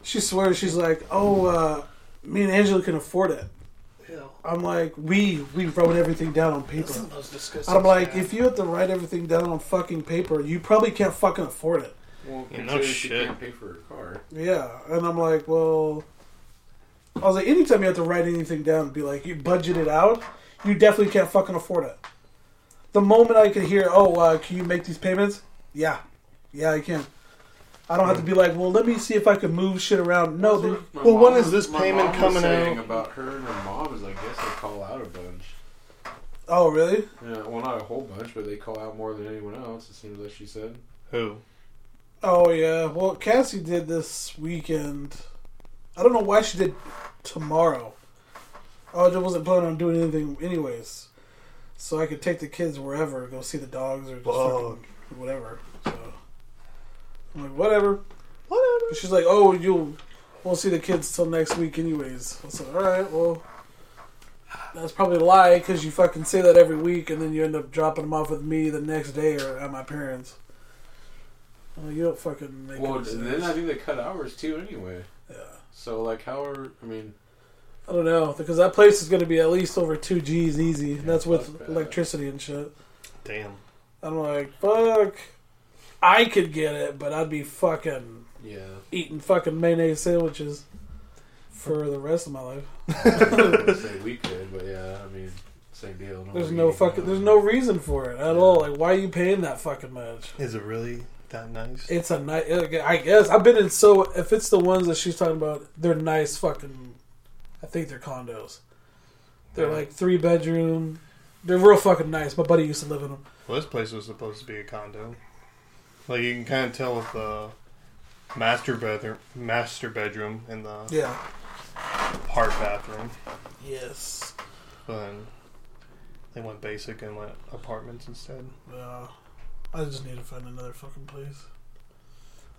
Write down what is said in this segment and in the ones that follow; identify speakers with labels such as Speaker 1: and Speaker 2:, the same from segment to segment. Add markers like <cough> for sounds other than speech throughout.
Speaker 1: She swears she's like, "Oh, uh, me and Angela can afford it." I'm like, "We we wrote everything down on paper."
Speaker 2: Those disgusting.
Speaker 1: I'm like, "If you have to write everything down on fucking paper, you probably can't fucking afford it."
Speaker 3: Well,
Speaker 2: Yeah, no
Speaker 3: considering she
Speaker 2: shit.
Speaker 3: can't pay for her car.
Speaker 1: Yeah, and I'm like, "Well," I was like, "Anytime you have to write anything down, and be like, you budget it out, you definitely can't fucking afford it." The moment I could hear, "Oh, uh, can you make these payments?" Yeah, yeah, I can. I don't have to be like, "Well, let me see if I can move shit around." No, then,
Speaker 3: My
Speaker 2: Well, when
Speaker 3: mom-
Speaker 2: is this
Speaker 3: my
Speaker 2: payment
Speaker 3: mom was
Speaker 2: coming
Speaker 3: saying
Speaker 2: out?
Speaker 3: About her and her mom is, I guess they call out a bunch.
Speaker 1: oh, really?
Speaker 3: Yeah, well, not a whole bunch, but they call out more than anyone else. It seems like she said.
Speaker 2: Who?
Speaker 1: Oh yeah. Well, Cassie did this weekend. I don't know why she did tomorrow. I just wasn't planning on doing anything anyways, so I could take the kids wherever, go see the dogs or just
Speaker 2: Fuck.
Speaker 1: fucking whatever. So I'm like, whatever, whatever. she's like, oh, you'll won't see the kids till next week anyways. I said, all right, well. That's probably a lie because you fucking say that every week and then you end up dropping them off with me the next day or at my parents. Well, you don't fucking make
Speaker 3: Well,
Speaker 1: any
Speaker 3: and
Speaker 1: sense.
Speaker 3: then I think they cut hours too, anyway.
Speaker 1: Yeah.
Speaker 3: So like, how are I mean?
Speaker 1: I don't know because that place is going to be at least over two G's easy. and that's with
Speaker 3: fuck that.
Speaker 1: electricity and shit.
Speaker 2: Damn.
Speaker 1: I'm like, fuck. I could get it, but I'd be fucking
Speaker 3: Yeah.
Speaker 1: eating fucking mayonnaise sandwiches for the rest of my life.
Speaker 3: I was gonna say we could, but yeah, I mean, same deal.
Speaker 1: There's
Speaker 3: we're
Speaker 1: no
Speaker 3: eating
Speaker 1: fucking.
Speaker 3: out.
Speaker 1: There's no reason for it at all. Like, why are you paying that fucking much?
Speaker 2: Is it really that nice?
Speaker 1: It's a nice. I guess I've been in so. If it's the ones that she's talking about, they're nice fucking. I think they're condos. They're like three bedroom. They're real fucking nice. My buddy used to live in them.
Speaker 2: Well, this place was supposed to be a condo. Like you can kind of tell with the master bedroom, master bedroom, and the
Speaker 1: Yeah.
Speaker 2: part bathroom.
Speaker 1: Yes.
Speaker 2: But then they went basic and went apartments instead.
Speaker 1: Yeah. I just need to find another fucking place.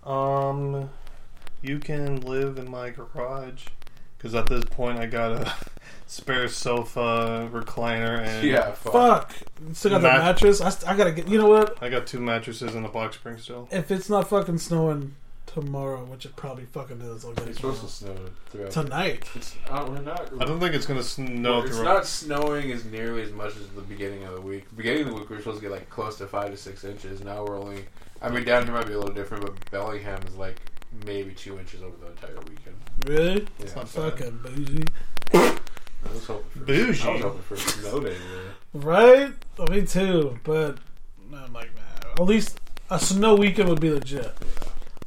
Speaker 2: Um, you can live in my garage because at this point I got a <laughs> spare sofa, recliner, and
Speaker 3: <laughs> Yeah. Fuck.
Speaker 1: Fuck. Still got the
Speaker 2: Mat-
Speaker 1: mattress. I, st- I gotta get. You know what?
Speaker 2: I got two mattresses and a box spring still.
Speaker 1: If it's not fucking snowing tomorrow, which it probably fucking is, I'll get it
Speaker 3: It's supposed to
Speaker 1: tomorrow.
Speaker 3: snow throughout.
Speaker 1: tonight.
Speaker 3: It's, uh, we're not.
Speaker 2: I don't think it's gonna snow
Speaker 3: it's
Speaker 2: throughout.
Speaker 3: not snowing as nearly as much as the beginning of the week. Beginning of the week, we were supposed to get like close to five to six inches. Now we're only. I mean, down here might be a little different, but Bellingham is like maybe two inches over the entire weekend.
Speaker 1: Really?
Speaker 3: Yeah,
Speaker 2: not
Speaker 3: so
Speaker 1: Fucking bougie.
Speaker 3: I was hoping for,
Speaker 2: Bougie.
Speaker 3: I was hoping for a snow day. Really.
Speaker 1: Right? Oh, Me too. But I'm like, nah. At least a snow weekend would be legit.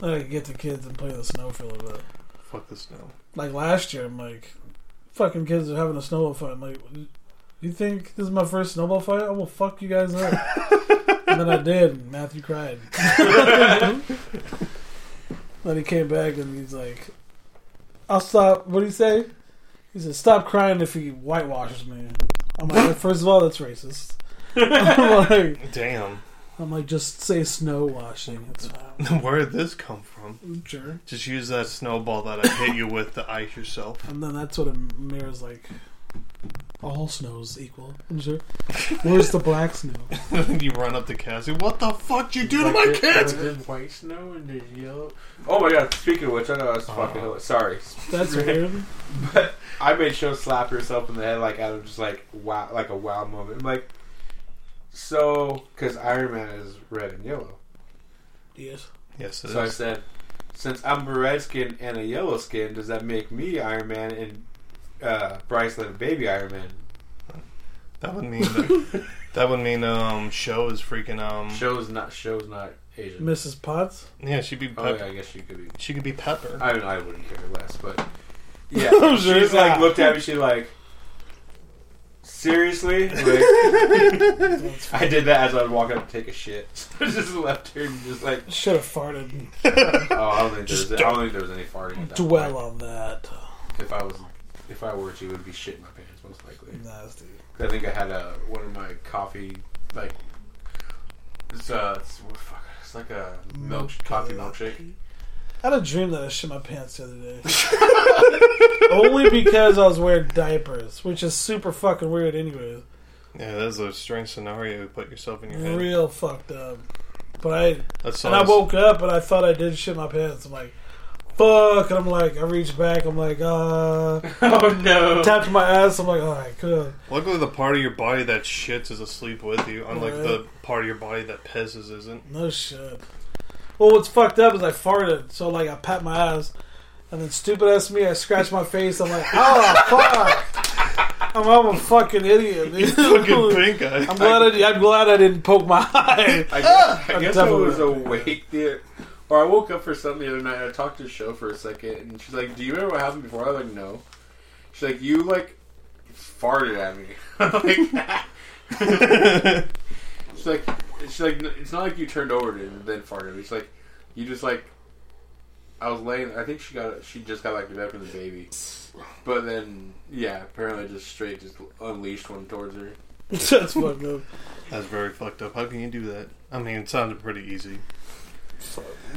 Speaker 1: I could get the kids and play in the snow for a little bit.
Speaker 2: Fuck the snow.
Speaker 1: like last year, I'm like, fucking kids are having a snowball fight. I'm like, you think this is my first snowball fight? I will fuck you guys up. and then I did, and Matthew cried. then he came back and he's like, I'll stop. What did he say? He said, stop crying if he whitewashes me. I'm like, first of all, that's racist. <laughs> I'm like,
Speaker 2: Damn. <laughs>
Speaker 1: I'm like, just say snow washing. It's fine.
Speaker 2: <laughs> Where did this come from?
Speaker 1: Sure.
Speaker 2: Just use that snowball that I hit you with to ice yourself.
Speaker 1: And then that's what a mirror's like. All snow's equal. I'm sure. <laughs> Where's the black snow?
Speaker 2: <laughs> you run up to Cassie. What the fuck you do to my
Speaker 3: Did-
Speaker 2: kids?
Speaker 3: did white snow and did yellow. Oh my god! Speaking of which, I know I was
Speaker 2: Uh-huh.
Speaker 3: fucking. hilarious. Sorry,
Speaker 1: That's weird.
Speaker 3: but I made sure to slap herself in the head like out of just like wow, like a wow moment. I'm like, so because Iron Man is red and yellow.
Speaker 1: Yes.
Speaker 2: Yes, it
Speaker 3: So I
Speaker 2: is.
Speaker 3: said, since I'm a red skin and a yellow skin, does that make me Iron Man and uh, Bryce Lynn baby Iron Man?
Speaker 2: That would mean that, that would mean um show is freaking um
Speaker 3: Show's not show's not Asian.
Speaker 1: Mrs. Potts?
Speaker 2: yeah she'd be pepper.
Speaker 3: oh yeah, I guess she could be.
Speaker 2: She could be Pepper.
Speaker 3: <laughs> I mean, I wouldn't care less, but yeah,
Speaker 2: I'm sure
Speaker 3: she's
Speaker 2: not.
Speaker 3: like looked at me. She like, seriously?
Speaker 2: <laughs>
Speaker 3: Like, I did that as I was walking up to take a shit. <laughs> So I just left her and just like,
Speaker 1: Should have farted.
Speaker 3: oh, I don't think, there
Speaker 1: Just
Speaker 3: was, I don't think there was any farting. at that
Speaker 1: Dwell
Speaker 3: point.
Speaker 1: on that.
Speaker 3: If I was, if I were to, it would be shit in my pants most likely.
Speaker 1: Nasty.
Speaker 3: I think I had a one of my coffee like it's uh it's, what the fuck, it's like a milk coffee milkshake.
Speaker 1: I had a dream that I shit my pants the other day. <laughs> Only because I was wearing diapers, which is super fucking weird, anyways.
Speaker 2: Yeah, that's a strange scenario you put yourself in your head.
Speaker 1: Real fucked up. But I
Speaker 2: That's
Speaker 1: and I woke up and I thought I did shit my pants. I'm like, fuck. And I'm like, I reached back. I'm like, <laughs> uh,
Speaker 3: <laughs> Oh no!
Speaker 1: tapped my ass. I'm like, oh, I could.
Speaker 2: Luckily, the part of your body that shits is asleep with you, unlike
Speaker 1: Right.
Speaker 2: the part of your body that pisses isn't.
Speaker 1: No shit. Well, what's fucked up is I farted. So like, I pat my ass, and then stupid ass me, I scratch my face. I'm like, oh fuck. I'm, I'm a fucking idiot. Dude. <laughs>
Speaker 2: Fucking pink eye.
Speaker 1: I'm glad I, I'm glad I didn't poke my <laughs> eye.
Speaker 3: I guess, I,
Speaker 1: I'm
Speaker 3: guess I
Speaker 1: double
Speaker 3: was
Speaker 1: up.
Speaker 3: awake the, or I woke up for something the other night. and I talked to Show for a second, and she's like, "Do you remember what happened before?" I was like, "No." She's like, "You like farted at me." <laughs> I'm like, <laughs> she's like, she's like, "No, it's not like you turned over and then farted. at me." It's like you just like. I was laying. I think she got. She just got back to bed from the baby, but then yeah, apparently just straight just unleashed one towards her.
Speaker 1: That's fucked up.
Speaker 2: That's very fucked up. How can you do that? I mean, it sounded pretty easy.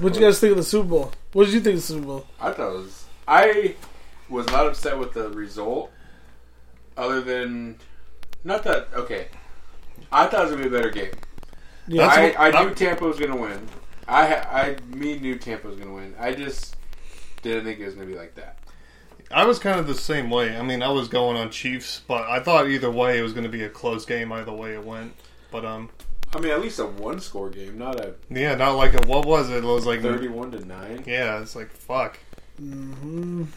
Speaker 1: What you guys think of the Super Bowl? What did you think of the Super Bowl?
Speaker 3: I thought it was. I was not upset with the result, other than not that. Okay, I thought it was gonna be a better game.
Speaker 1: Yeah,
Speaker 2: That's-
Speaker 3: I, I
Speaker 2: that-
Speaker 3: knew Tampa was gonna win. I ha- I me knew Tampa was gonna win. I just didn't think it was gonna be like that.
Speaker 2: I was kind of the same way. I mean, I was going on Chiefs, but I thought either way it was going to be a close game either way it went. But um,
Speaker 3: I mean, at least a one score game, not a
Speaker 2: yeah, not like a what was it? It was like
Speaker 3: thirty one to nine.
Speaker 2: Mm-hmm. Yeah, it's like fuck. <laughs>
Speaker 3: Tony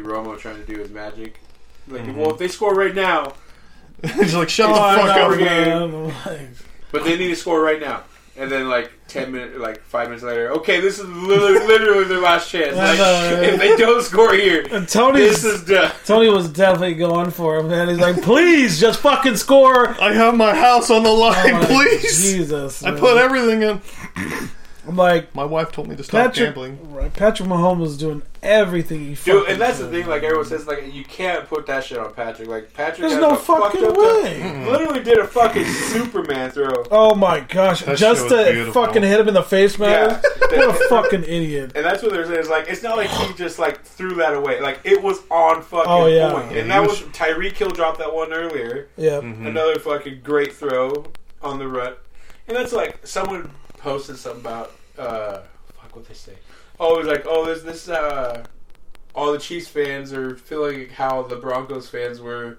Speaker 3: Romo trying to do his magic. Like,
Speaker 2: Mm-hmm.
Speaker 3: well, if they score right now,
Speaker 2: He's like, shut
Speaker 1: Oh,
Speaker 2: the
Speaker 1: I
Speaker 2: fuck
Speaker 1: know,
Speaker 2: up.
Speaker 1: man. I'm like,
Speaker 3: But they need to score right now. And then like ten minutes, like five minutes later, okay, this is literally, <laughs> literally their last chance.
Speaker 1: I
Speaker 3: Like,
Speaker 1: know, right?
Speaker 3: if they don't score here,
Speaker 1: <laughs> and Tony's
Speaker 3: this is done.
Speaker 1: Tony was definitely going for him, man. He's like, please, just fucking
Speaker 2: <laughs>
Speaker 1: score.
Speaker 2: I have my house on the line,
Speaker 1: I'm like,
Speaker 2: please.
Speaker 1: Oh Jesus.
Speaker 2: I
Speaker 1: man.
Speaker 2: put everything in.
Speaker 1: I'm like,
Speaker 2: My wife told me to stop
Speaker 1: Patrick,
Speaker 2: gambling.
Speaker 1: right, Patrick Mahomes is doing everything he fucking
Speaker 3: <laughs> Dude, and that's the
Speaker 1: could.
Speaker 3: thing. Like everyone says, like you can't put that shit on Patrick. Like Patrick,
Speaker 1: There's
Speaker 3: has
Speaker 1: no
Speaker 3: a fucked
Speaker 1: fucking
Speaker 3: up- Mm-hmm.
Speaker 1: way.
Speaker 3: Literally did a fucking Superman throw.
Speaker 1: Oh my gosh.
Speaker 2: That
Speaker 1: just
Speaker 2: shit was
Speaker 1: to
Speaker 2: beautiful.
Speaker 1: fucking hit him in the face, man.
Speaker 3: Yeah.
Speaker 1: What a fucking idiot.
Speaker 3: And that's what they're saying. It's like it's not like he just like threw that away. Like it was on fucking
Speaker 1: Oh, yeah.
Speaker 3: point.
Speaker 1: Yeah,
Speaker 3: And
Speaker 2: he
Speaker 3: that was
Speaker 2: was-
Speaker 3: Tyreek Hill dropped that one earlier.
Speaker 1: Yeah.
Speaker 3: Another fucking great throw on the rut. And that's like someone posted something about uh fuck what they say. Oh, it was like, oh there's this uh all the Chiefs fans are feeling how the Broncos fans were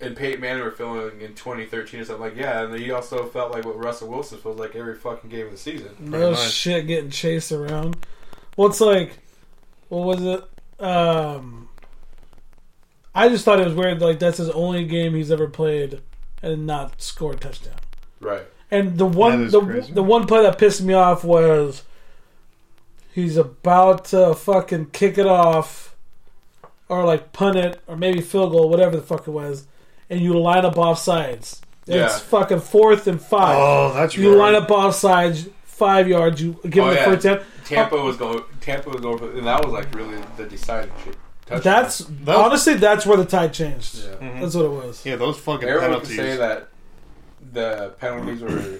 Speaker 3: and Peyton Manning were feeling in 2013 or something like yeah, and he also felt like what Russell Wilson feels like every fucking game of the season.
Speaker 1: No
Speaker 2: much.
Speaker 1: shit getting chased around. Well, it's like, what was it? Um, I just thought it was weird. Like, that's his only game he's ever played and not scored a touchdown.
Speaker 3: Right.
Speaker 1: And the one
Speaker 2: is
Speaker 1: the,
Speaker 2: crazy.
Speaker 1: the one play that pissed me off was he's about to fucking kick it off or like punt it or maybe field goal, whatever the fuck it was, and you line up off sides.
Speaker 3: Yeah.
Speaker 1: It's fucking fourth and five.
Speaker 2: Oh, that's
Speaker 1: you
Speaker 2: right.
Speaker 1: line up off sides, five yards, you give
Speaker 3: Oh,
Speaker 1: him the
Speaker 3: yeah.
Speaker 1: first down.
Speaker 3: Tampa was going Tampa was going for, and that was like really the deciding shit. Touchdown.
Speaker 1: That's honestly that's where the tide changed.
Speaker 3: Yeah.
Speaker 1: That's what it was.
Speaker 2: Yeah, those fucking
Speaker 3: Everyone
Speaker 2: penalties.
Speaker 3: can say that the penalties were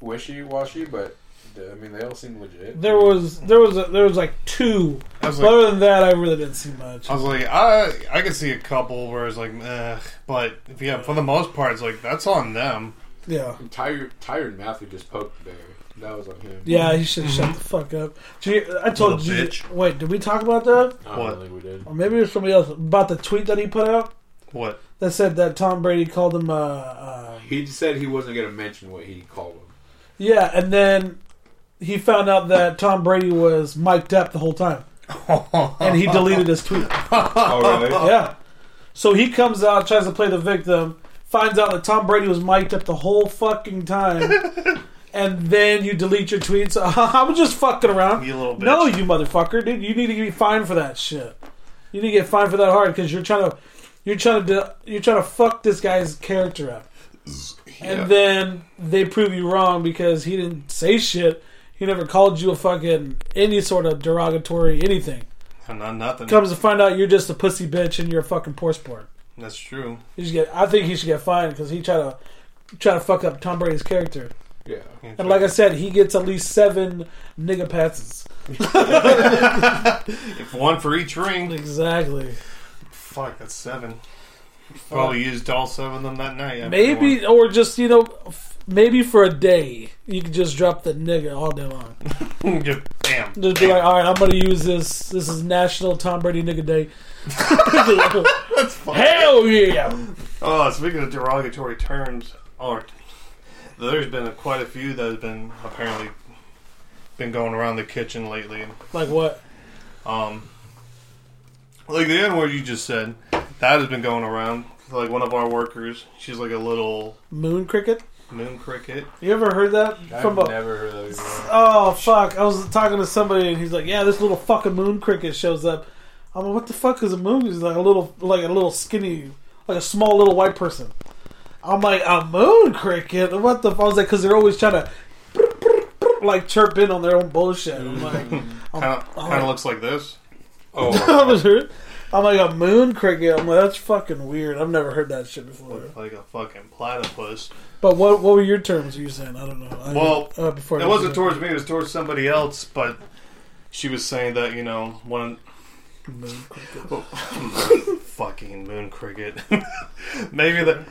Speaker 3: wishy washy, but uh, I mean they all seem legit.
Speaker 1: There was there was a, there was like two.
Speaker 2: I was
Speaker 1: But
Speaker 2: like,
Speaker 1: Other than that, I really didn't see much.
Speaker 2: I was like, I I could see a couple where it's like, eh, but if yeah, for the most part, it's like that's on them.
Speaker 1: Yeah.
Speaker 3: Tyron Tyron Matthew just poked the bear. That was on him.
Speaker 1: Yeah, he should have shut the fuck up. Did you- I told
Speaker 2: Little
Speaker 1: you.
Speaker 2: bitch.
Speaker 1: Wait, did we talk about that?
Speaker 3: I don't
Speaker 2: What?
Speaker 3: think we did.
Speaker 1: Or maybe it was somebody else about the tweet that he put out
Speaker 2: What?
Speaker 1: that said that Tom Brady called him. Uh, uh,
Speaker 3: He said he wasn't going to mention what he called him.
Speaker 1: yeah, and then he found out that Tom Brady was mic'd up the whole
Speaker 2: <laughs>
Speaker 1: time, and he deleted his tweet.
Speaker 3: <laughs> Oh really?
Speaker 1: Yeah. So he comes out, tries to play the victim, finds out that Tom Brady was mic'd up the whole fucking time,
Speaker 2: <laughs>
Speaker 1: and then you delete your tweets. <laughs> I was just fucking around.
Speaker 2: You little bitch.
Speaker 1: No, you motherfucker, dude. You need to be fined for that shit. You need to get fined for that hard because you're trying to you're trying to do, you're trying to fuck this guy's character up, and then they prove you wrong because he didn't say shit. He never called you a fucking any sort of derogatory anything.
Speaker 2: Not nothing.
Speaker 1: Comes to find out, you're just a pussy bitch and you're a fucking poor sport.
Speaker 2: That's true.
Speaker 1: He should get. I think he should get fined because he tried to try to fuck up Tom Brady's character.
Speaker 3: Yeah.
Speaker 1: And like I said, he gets at least seven nigga passes.
Speaker 2: one for each ring.
Speaker 1: Exactly.
Speaker 2: Fuck, that's seven. Probably used all seven of them that night. after one.
Speaker 1: Maybe or just you know, f- maybe for a day you can just drop the nigga all day long.
Speaker 2: Just- <laughs> Damn.
Speaker 1: Just be like, all right, I'm gonna use this. This is National Tom Brady Nigga Day. That's
Speaker 2: fine.
Speaker 1: Hell yeah!
Speaker 2: Oh, speaking of derogatory terms, or there's been a, quite a few that has been apparently been going around the kitchen lately.
Speaker 1: Like what?
Speaker 2: Um, like the N word you just said, that has been going around. Like one of our workers, she's like a little
Speaker 1: Moon cricket?
Speaker 2: moon cricket.
Speaker 1: You ever heard that
Speaker 3: I've
Speaker 1: from a?
Speaker 3: never heard of that before.
Speaker 1: Oh fuck! I was talking to somebody and he's like, "Yeah, this little fucking moon cricket shows up." I'm like, "What the fuck is a moon?" He's like a little, like a little skinny, like a small little white person. I'm like, "A moon cricket? What the?" F-? I was like, "Cause they're always trying to like chirp in on their own bullshit." I'm like,
Speaker 2: Kind of kind of looks like this.
Speaker 3: <laughs> Oh,
Speaker 1: "I'm like a moon cricket." I'm like, "That's fucking weird. I've never heard that shit before."
Speaker 2: Like a fucking platypus.
Speaker 1: But what what were your terms? you saying? I don't know. I,
Speaker 2: Well,
Speaker 1: uh, before I
Speaker 2: it wasn't
Speaker 1: go-
Speaker 2: towards me. It was towards somebody else. But she was saying that you know one
Speaker 1: moon cricket.
Speaker 2: fucking moon cricket. <laughs> maybe that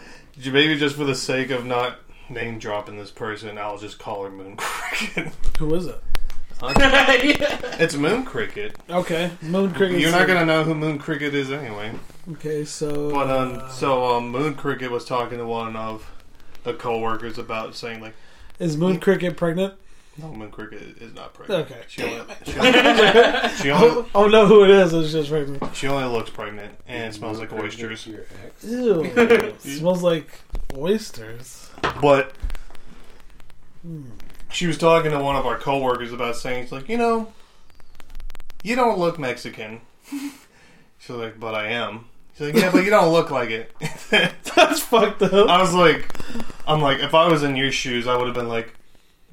Speaker 2: maybe just for the sake of not name dropping this person, I'll just call her moon
Speaker 1: <laughs>
Speaker 2: <laughs> cricket.
Speaker 1: Who is it?
Speaker 2: it's moon cricket.
Speaker 1: Okay, moon cricket.
Speaker 2: You're not gonna know who moon cricket is anyway.
Speaker 1: Okay, so
Speaker 2: But um, so um, moon cricket was talking to one of the coworkers about saying like,
Speaker 1: Is Moon Cricket
Speaker 2: <laughs>
Speaker 1: pregnant?
Speaker 2: no, moon cricket is not pregnant.
Speaker 1: Okay.
Speaker 2: She only, she only, she only,
Speaker 1: Oh no, who it is? It's just pregnant.
Speaker 2: she only looks pregnant and it smells like oysters.
Speaker 3: Your <laughs>
Speaker 2: <laughs>
Speaker 3: ex?
Speaker 1: Ew, it smells like oysters. <laughs>
Speaker 2: But she was talking to one of our coworkers about saying, it's like, you know, you don't look Mexican. <laughs> She's like, but I am. She's like, yeah, but you don't look like it. <laughs>
Speaker 1: That's fucked up.
Speaker 2: I was like, I'm like, if I was in your shoes, I would have been like,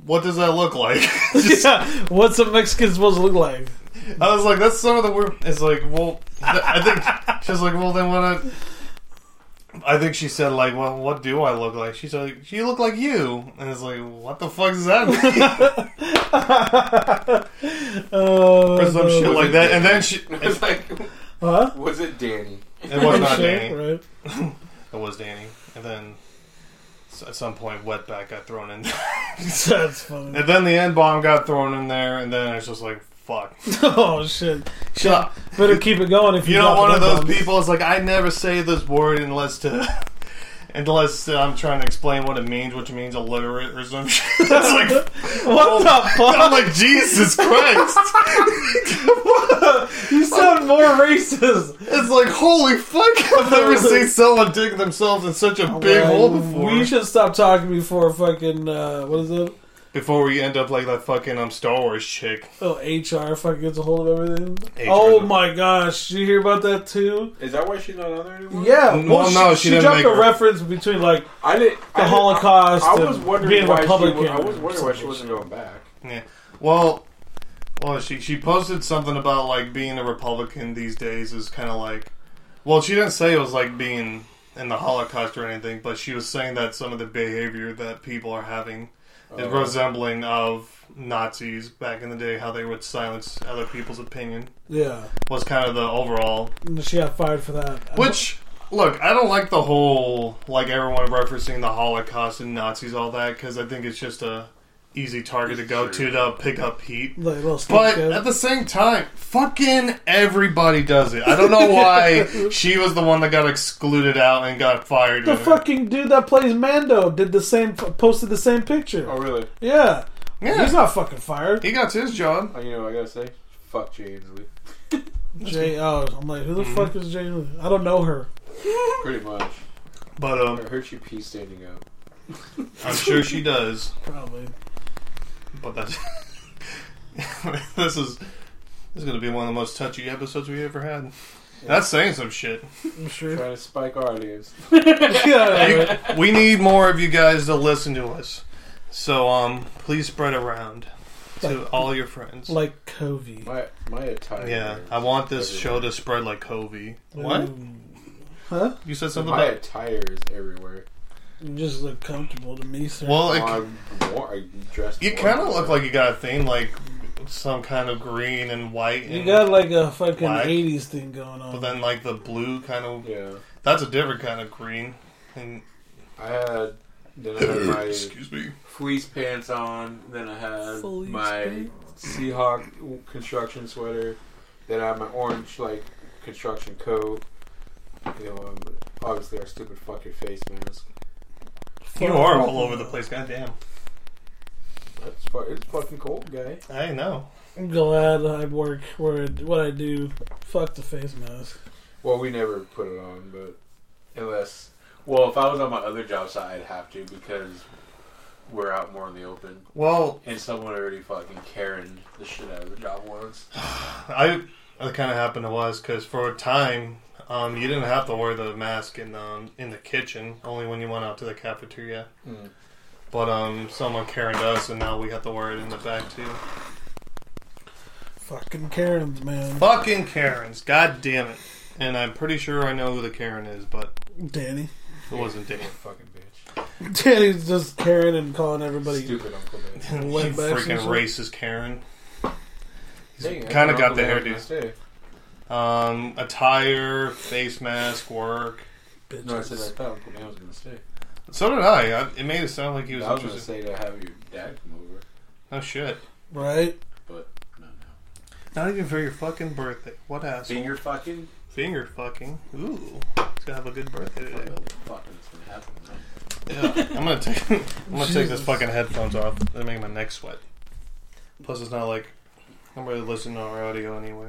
Speaker 2: what does that look like? <laughs> Just-
Speaker 1: <laughs> yeah, what's a Mexican supposed to look like?
Speaker 2: <laughs> I was like, that's some of the word. It's like, well, th- I <laughs> think she's like, well, then what? I, I think she said like, well, what do I look like? She's like, you look like you, and it's like, what the fuck does that mean?
Speaker 1: Uh, Oh,
Speaker 2: <laughs> or some shit like that. And <laughs> then she,
Speaker 3: It was like,
Speaker 1: Huh?
Speaker 3: was it Danny?
Speaker 2: it was not
Speaker 1: Shit,
Speaker 2: Danny.
Speaker 1: Right. <laughs>
Speaker 2: It was Danny. And then s- at some point, Wetback got thrown in,
Speaker 1: That's funny.
Speaker 2: and then the end bomb got thrown in there, and then it's just like, fuck.
Speaker 1: <laughs> Oh shit!
Speaker 2: Shut up.
Speaker 1: Better keep it going if you
Speaker 2: You know,
Speaker 1: drop
Speaker 2: one of
Speaker 1: an
Speaker 2: those
Speaker 1: F-bomb.
Speaker 2: people is like, I never say this word unless to. <laughs> Unless I'm trying to explain what it means, which means illiterate or some <laughs> shit. It's like,
Speaker 1: What the
Speaker 2: I'm
Speaker 1: fuck?
Speaker 2: like, Jesus Christ!
Speaker 1: You sound more racist.
Speaker 2: It's like, holy fuck!
Speaker 1: <laughs>
Speaker 2: I've never seen someone dig themselves in such a big hole before.
Speaker 1: We should stop talking before fucking uh, what is it?
Speaker 2: before we end up like that fucking um, Star Wars chick.
Speaker 1: Oh, HR fucking gets a hold of everything.
Speaker 2: HR.
Speaker 1: Oh my gosh, did you hear about that too?
Speaker 3: Is that why she's not on there anymore?
Speaker 1: Yeah,
Speaker 2: Well, no, she didn't
Speaker 1: dropped
Speaker 2: make
Speaker 1: a
Speaker 2: her-
Speaker 1: reference between like
Speaker 3: I didn't.
Speaker 1: the
Speaker 3: I didn't-
Speaker 1: Holocaust.
Speaker 3: I was
Speaker 1: and
Speaker 3: wondering
Speaker 1: being
Speaker 3: why
Speaker 1: Republican.
Speaker 3: She, wa- I was wondering why she wasn't going back.
Speaker 2: Yeah. Well, well, she she posted something about like being a Republican these days is kind of like, well, she didn't say it was like being in the Holocaust or anything, but she was saying that some of the behavior that people are having is resembling of Nazis back in the day, how they would silence other people's opinion
Speaker 1: Yeah,
Speaker 2: was kind of the overall.
Speaker 1: and she got fired for that.
Speaker 2: Which look, I don't like the whole like everyone referencing the Holocaust and Nazis all that because I think it's just a easy target to go to to pick up heat.
Speaker 1: like little
Speaker 2: But
Speaker 1: scapegoat.
Speaker 2: at the same time, fucking everybody does it. I don't know why
Speaker 1: <laughs>
Speaker 2: she was the one that got excluded out and got fired.
Speaker 1: the fucking dude that plays Mando did the same, posted the same picture.
Speaker 3: Oh really?
Speaker 1: Yeah,
Speaker 2: Yeah.
Speaker 1: he's not fucking fired.
Speaker 2: He got his job.
Speaker 3: Oh, you know, what I gotta say, fuck Jay Inslee.
Speaker 1: Jay, oh, I'm like, who the
Speaker 2: Mm-hmm.
Speaker 1: fuck is Jay? I don't know her.
Speaker 3: Pretty much.
Speaker 2: But um,
Speaker 3: I heard she pee standing up.
Speaker 2: I'm sure she does.
Speaker 1: Probably.
Speaker 2: But that's <laughs> this is this is gonna be one of the most touchy episodes we ever had. That's saying some shit.
Speaker 1: I'm
Speaker 3: <laughs>
Speaker 1: sure. <laughs>
Speaker 3: Trying to spike our audience.
Speaker 1: Yeah.
Speaker 2: You- we need more of you guys to listen to us. So um, please spread around to all your friends.
Speaker 1: Like Covey.
Speaker 3: My my attire.
Speaker 2: yeah, I want this show to spread like Covey. What? You said something
Speaker 3: My
Speaker 2: about
Speaker 3: attire is everywhere.
Speaker 1: You just look comfortable to me, sir.
Speaker 2: well,
Speaker 3: Like,
Speaker 2: it,
Speaker 3: I'm war- I dressed.
Speaker 2: you kind of look like you got a theme, like some kind of green and white, and,
Speaker 1: you got like a fucking
Speaker 2: Black.
Speaker 1: 80s thing going on.
Speaker 2: but then like the blue kind of.
Speaker 3: Yeah,
Speaker 2: That's a different kind of green. And
Speaker 3: I had then I
Speaker 2: <coughs>
Speaker 3: had my
Speaker 2: excuse me.
Speaker 3: fleece pants on. Then I had
Speaker 1: Fleece
Speaker 3: my
Speaker 1: pants?
Speaker 3: Seahawk construction sweater. Then I had my orange like construction coat. You know, um, obviously our stupid fucking face mask.
Speaker 2: You are all over the place. Goddamn.
Speaker 3: That's fu- it's fucking cold, guy.
Speaker 2: I know.
Speaker 1: I'm glad I work where what I do. Fuck the face mask.
Speaker 3: Well, we never put it on, but unless, well, if I was on my other job site, I'd have to because we're out more in the open,
Speaker 2: Well,
Speaker 3: and someone already fucking Karen the shit out of the job once.
Speaker 2: I that kind of happened to us because for a time, um, you didn't have to wear the mask in um, in the kitchen, only when you went out to the cafeteria.
Speaker 3: Mm.
Speaker 2: But um, someone carried us, and now we have to wear it in the back too.
Speaker 1: Fucking Karens, man.
Speaker 2: Fucking Karens, god damn it! And I'm pretty sure I know who the Karen is, but
Speaker 1: Danny. <laughs>
Speaker 2: it wasn't Dan.
Speaker 3: Fucking bitch.
Speaker 1: Danny's just Karen and calling everybody.
Speaker 3: Stupid Uncle
Speaker 2: <laughs>
Speaker 3: Ben.
Speaker 2: you
Speaker 1: Wet backs and
Speaker 2: freaking
Speaker 1: shit.
Speaker 2: racist Karen.
Speaker 3: Dang,
Speaker 2: kinda
Speaker 3: Uncle
Speaker 2: got the
Speaker 3: Ben
Speaker 2: hairdo.
Speaker 3: was gonna say.
Speaker 2: Um, attire, face mask, work.
Speaker 1: Bitches.
Speaker 3: No, I said I thought Uncle Ben was gonna stay.
Speaker 2: So did I. I it made it sound like he was
Speaker 3: I was gonna
Speaker 2: interested.
Speaker 3: say to have your dad come over,
Speaker 2: Oh shit!
Speaker 1: Right?
Speaker 3: but no, no.
Speaker 2: Not even for your fucking birthday. What asshole?
Speaker 3: Finger fucking.
Speaker 2: Finger fucking. Ooh. He's gonna have a good birthday
Speaker 3: Fuck,
Speaker 2: today.
Speaker 3: it's gonna happen. man.
Speaker 2: Yeah. I'm gonna take <laughs> I'm gonna take this
Speaker 1: Jesus.
Speaker 2: fucking headphones off. They're making my neck sweat. Plus it's not like I'm really listening to our audio anyway.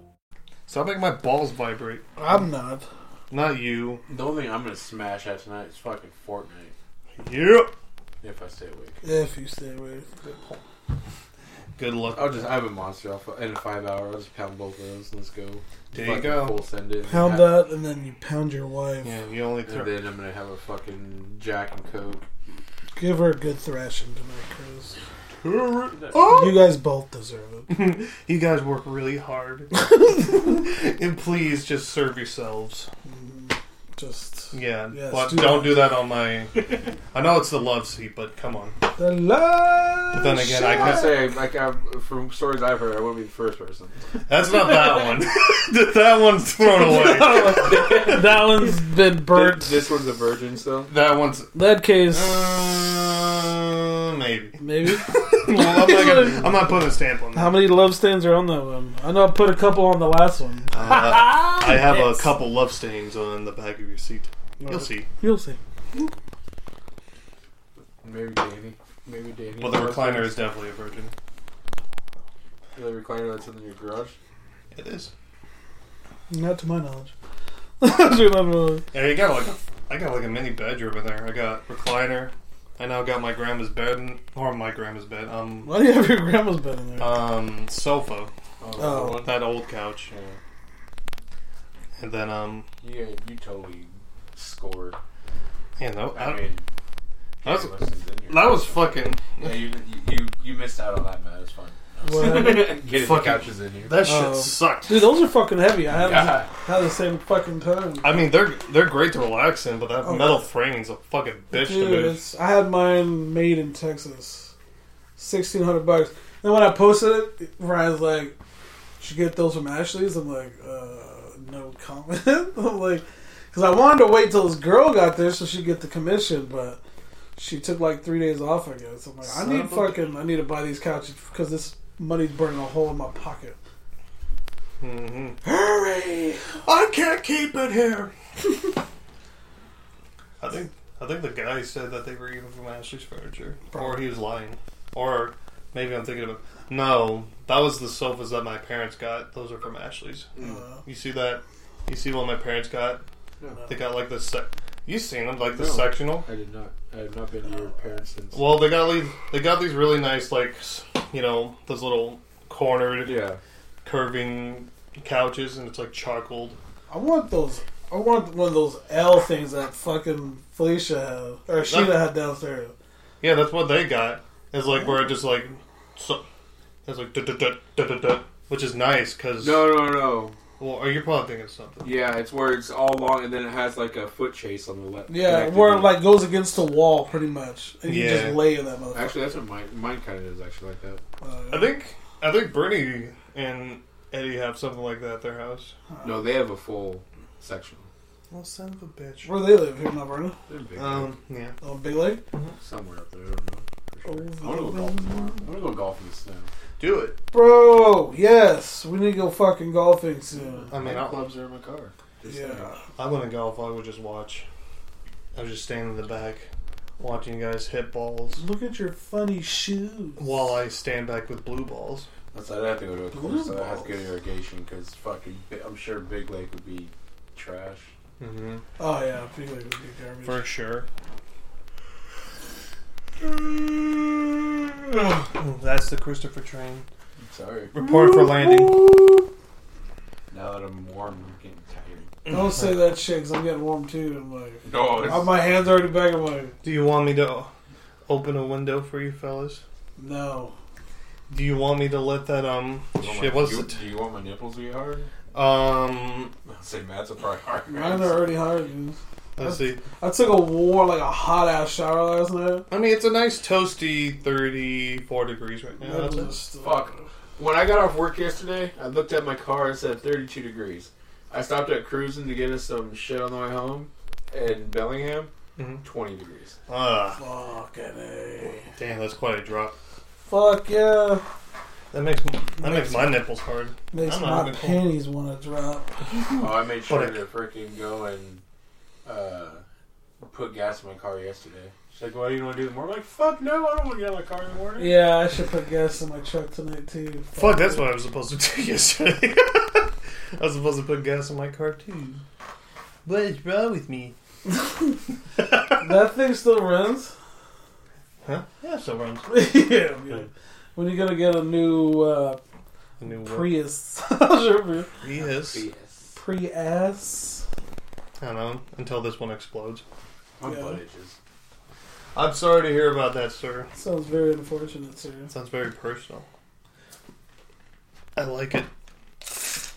Speaker 2: Stop making my balls vibrate.
Speaker 1: I'm not.
Speaker 2: Not you.
Speaker 3: The only thing I'm gonna smash at tonight is fucking Fortnite.
Speaker 2: Yep.
Speaker 3: If I stay awake.
Speaker 1: If you stay away.
Speaker 2: Good luck.
Speaker 3: I'll just I have a monster off in five hours. I'll just pound both of those. Let's go.
Speaker 2: There you
Speaker 3: fucking
Speaker 2: go.
Speaker 3: Full send it.
Speaker 1: Pound
Speaker 3: and
Speaker 1: that and then you pound your wife.
Speaker 2: Yeah, you only
Speaker 3: And
Speaker 2: throw
Speaker 3: then I'm gonna have a fucking Jack and Coke.
Speaker 1: Give her a good thrashing tonight, Cruz.
Speaker 2: Oh!
Speaker 1: You guys both deserve
Speaker 2: <laughs>
Speaker 1: it.
Speaker 2: You guys work
Speaker 1: <laughs>
Speaker 2: really hard. and please just serve yourselves.
Speaker 1: Just
Speaker 2: Yeah.
Speaker 1: Yes,
Speaker 2: but
Speaker 1: do
Speaker 2: don't
Speaker 1: that.
Speaker 2: do that on my I know it's the love seat, but come on.
Speaker 1: the love.
Speaker 2: But then again I
Speaker 3: I
Speaker 2: can
Speaker 3: say like I, from stories I've heard, I wouldn't be the first person.
Speaker 2: That's not that one. <laughs> that one's thrown away.
Speaker 1: <laughs> that one's been burnt.
Speaker 3: This one's a virgin, so
Speaker 2: That one's
Speaker 1: that case,
Speaker 2: uh, maybe.
Speaker 1: maybe.
Speaker 2: Well, I'm, not gonna, I'm not putting a stamp on that.
Speaker 1: How many love stains are on that one? I know I put a couple on the last one. <laughs>
Speaker 2: Uh, I have a couple love stains on the back of your seat. You'll see.
Speaker 1: You'll see.
Speaker 3: maybe Danny, maybe Danny.
Speaker 2: Well, the recliner is definitely a virgin.
Speaker 3: the recliner that's in your garage.
Speaker 2: It is.
Speaker 1: Not to my knowledge. <laughs> uh, Actually, not really.
Speaker 2: Yeah, you got like a, I got like a mini bedroom in there. I got recliner. I now got my grandma's bed and, or my grandma's bed. Um,
Speaker 1: Why do you have your grandma's bed in there?
Speaker 2: um, sofa.
Speaker 1: Oh.
Speaker 3: the one-
Speaker 2: That old couch. And then um,
Speaker 3: Yeah, you totally scored.
Speaker 2: you know,
Speaker 3: I,
Speaker 2: I,
Speaker 3: mean,
Speaker 2: that's-
Speaker 3: Jay Weston's in your
Speaker 2: that was
Speaker 3: garage. <laughs>
Speaker 2: fucking.
Speaker 3: Yeah, you, you you missed out on that, man. It's fun.
Speaker 1: Whatever.
Speaker 3: Get the
Speaker 2: Fucking-
Speaker 3: couches in here.
Speaker 2: That shit
Speaker 1: Oh.
Speaker 2: sucked.
Speaker 1: Dude, those are fucking heavy. I haven't
Speaker 3: God.
Speaker 1: had the same fucking time.
Speaker 2: I mean, they're they're great to relax in, but that metal framing's a fucking bitch to
Speaker 1: Oh. Dude,
Speaker 2: move.
Speaker 1: it's, I had mine made in Texas, sixteen hundred bucks. Then when I posted it, Ryan's like, "Did you get those from Ashley's?" I'm like, uh, "No comment." <laughs> I'm like, because I wanted to wait till this girl got there so she'd get the commission, but she took like three days off. I guess I'm like,
Speaker 2: Son
Speaker 1: I need
Speaker 2: of a-
Speaker 1: fucking, I need to buy these couches because this money's burning a hole in my pocket.
Speaker 2: Mm-hmm. Hurry! I can't keep it here. <laughs> I think I think the guy said that they were even from Ashley's furniture, or he was lying, or maybe I'm thinking of no. That was the sofas that my parents got. Those are from Ashley's. You see that? You see what my parents got? They got like the sec. You seen them like the
Speaker 3: No.
Speaker 2: sectional?
Speaker 3: I did not. I have not been to your parents since.
Speaker 2: Well, they got these. They got these really nice like s- you know those little cornered
Speaker 3: yeah.
Speaker 2: curving couches, and it's like charcoal.
Speaker 1: I want those. I want one of those L things that fucking Felicia had or Sheila had downstairs.
Speaker 2: Yeah, that's what they got. It's like where it just like, so, it's like duh, duh, duh, duh, duh, duh, which is nice because.
Speaker 3: No, no, no.
Speaker 2: Well, are you probably thinking of something?
Speaker 3: Yeah, it's where it's all long, and then it has like a foot chase on the left.
Speaker 1: Yeah,
Speaker 3: connected
Speaker 1: where
Speaker 3: to
Speaker 1: it
Speaker 3: it.
Speaker 1: like goes against the wall pretty much, and you
Speaker 2: Yeah.
Speaker 1: just lay in that motherfucker.
Speaker 3: Actually, that's what mine mine kind of is. Actually, like that.
Speaker 1: Uh,
Speaker 2: I think I think Brittany and Eddie have something like that at their house.
Speaker 3: No, they have a full section.
Speaker 2: Well, son of a bitch.
Speaker 1: where they live here in Alberta,
Speaker 3: They're big.
Speaker 2: Um, yeah.
Speaker 1: on Big Lake.
Speaker 3: somewhere up there. I don't know. I want to go golfing. tomorrow. I want to go golfing this snow.
Speaker 2: Do it.
Speaker 1: Bro, yes, we need to go fucking golfing soon.
Speaker 2: I mean, I,
Speaker 3: clubs are in my car.
Speaker 1: Yeah,
Speaker 2: I wouldn't golf. I would just watch. I was just standing in the back, watching you guys hit balls
Speaker 1: look at your funny shoes.
Speaker 2: while I stand back with blue balls.
Speaker 3: That's I have to go to a course
Speaker 1: Blue
Speaker 3: that has good
Speaker 1: balls.
Speaker 3: irrigation because fucking. Bi- I'm sure Big Lake would be trash.
Speaker 2: Mm-hmm.
Speaker 1: Oh yeah, Big Lake would be garbage.
Speaker 2: For sure. <sighs> That's the Christopher train.
Speaker 3: Sorry.
Speaker 2: Report for landing.
Speaker 3: Now that I'm warm, I'm getting tired.
Speaker 1: Don't say that shit, cause I'm getting warm too. I'm like,
Speaker 3: No,
Speaker 1: oh, my hands already back. I'm like,
Speaker 2: Do you want me to open a window for you fellas?
Speaker 1: no.
Speaker 2: Do you want me to let that um shit what's
Speaker 3: you,
Speaker 2: it?
Speaker 3: Do you want my nipples to be hard? <laughs>
Speaker 2: Um
Speaker 3: I'd say Matt's are probably hard.
Speaker 1: Mine are already hard. Dude.
Speaker 2: let's see.
Speaker 1: I took a warm, like a hot ass shower last night.
Speaker 2: I mean it's a nice toasty thirty four degrees right now.
Speaker 1: That
Speaker 2: That's
Speaker 1: was
Speaker 2: it.
Speaker 1: just-
Speaker 3: Fuck. When I got off work yesterday, I looked at my car and said 32 degrees. I stopped at Cruising to get us some shit on the way home in Bellingham.
Speaker 2: Mhm.
Speaker 3: 20 degrees.
Speaker 2: Ah,
Speaker 1: Fucking a.
Speaker 2: damn, that's quite a drop.
Speaker 1: Fuck yeah.
Speaker 2: That makes that makes my nipples hard.
Speaker 1: Makes
Speaker 2: I'm not
Speaker 1: my
Speaker 2: even cold.
Speaker 1: panties want to drop.
Speaker 3: Oh, I made
Speaker 2: What
Speaker 3: sure
Speaker 2: a-
Speaker 3: to freaking go and uh, put gas in my car yesterday. She's like, "What do you want to do tomorrow?" I'm like, "Fuck no, I don't want to get out of my car in the morning."
Speaker 1: Yeah, I should put gas in my truck tonight too.
Speaker 2: Fuck, that's what I was supposed to do <laughs> yesterday. I was supposed to put gas in my car too. What is wrong with me?
Speaker 1: That thing still runs. <laughs>
Speaker 2: Huh? Yeah, so runs.
Speaker 1: yeah. I'm good. When you gonna get a new uh,
Speaker 2: The new work.
Speaker 1: Prius? <laughs> Sure,
Speaker 2: Yes.
Speaker 3: Yes.
Speaker 1: Prius.
Speaker 2: I don't know. Until this one explodes.
Speaker 3: My
Speaker 1: Yeah.
Speaker 3: butt itches.
Speaker 2: I'm sorry to hear about that, sir.
Speaker 1: Sounds very unfortunate, sir.
Speaker 2: Sounds very personal. I like it.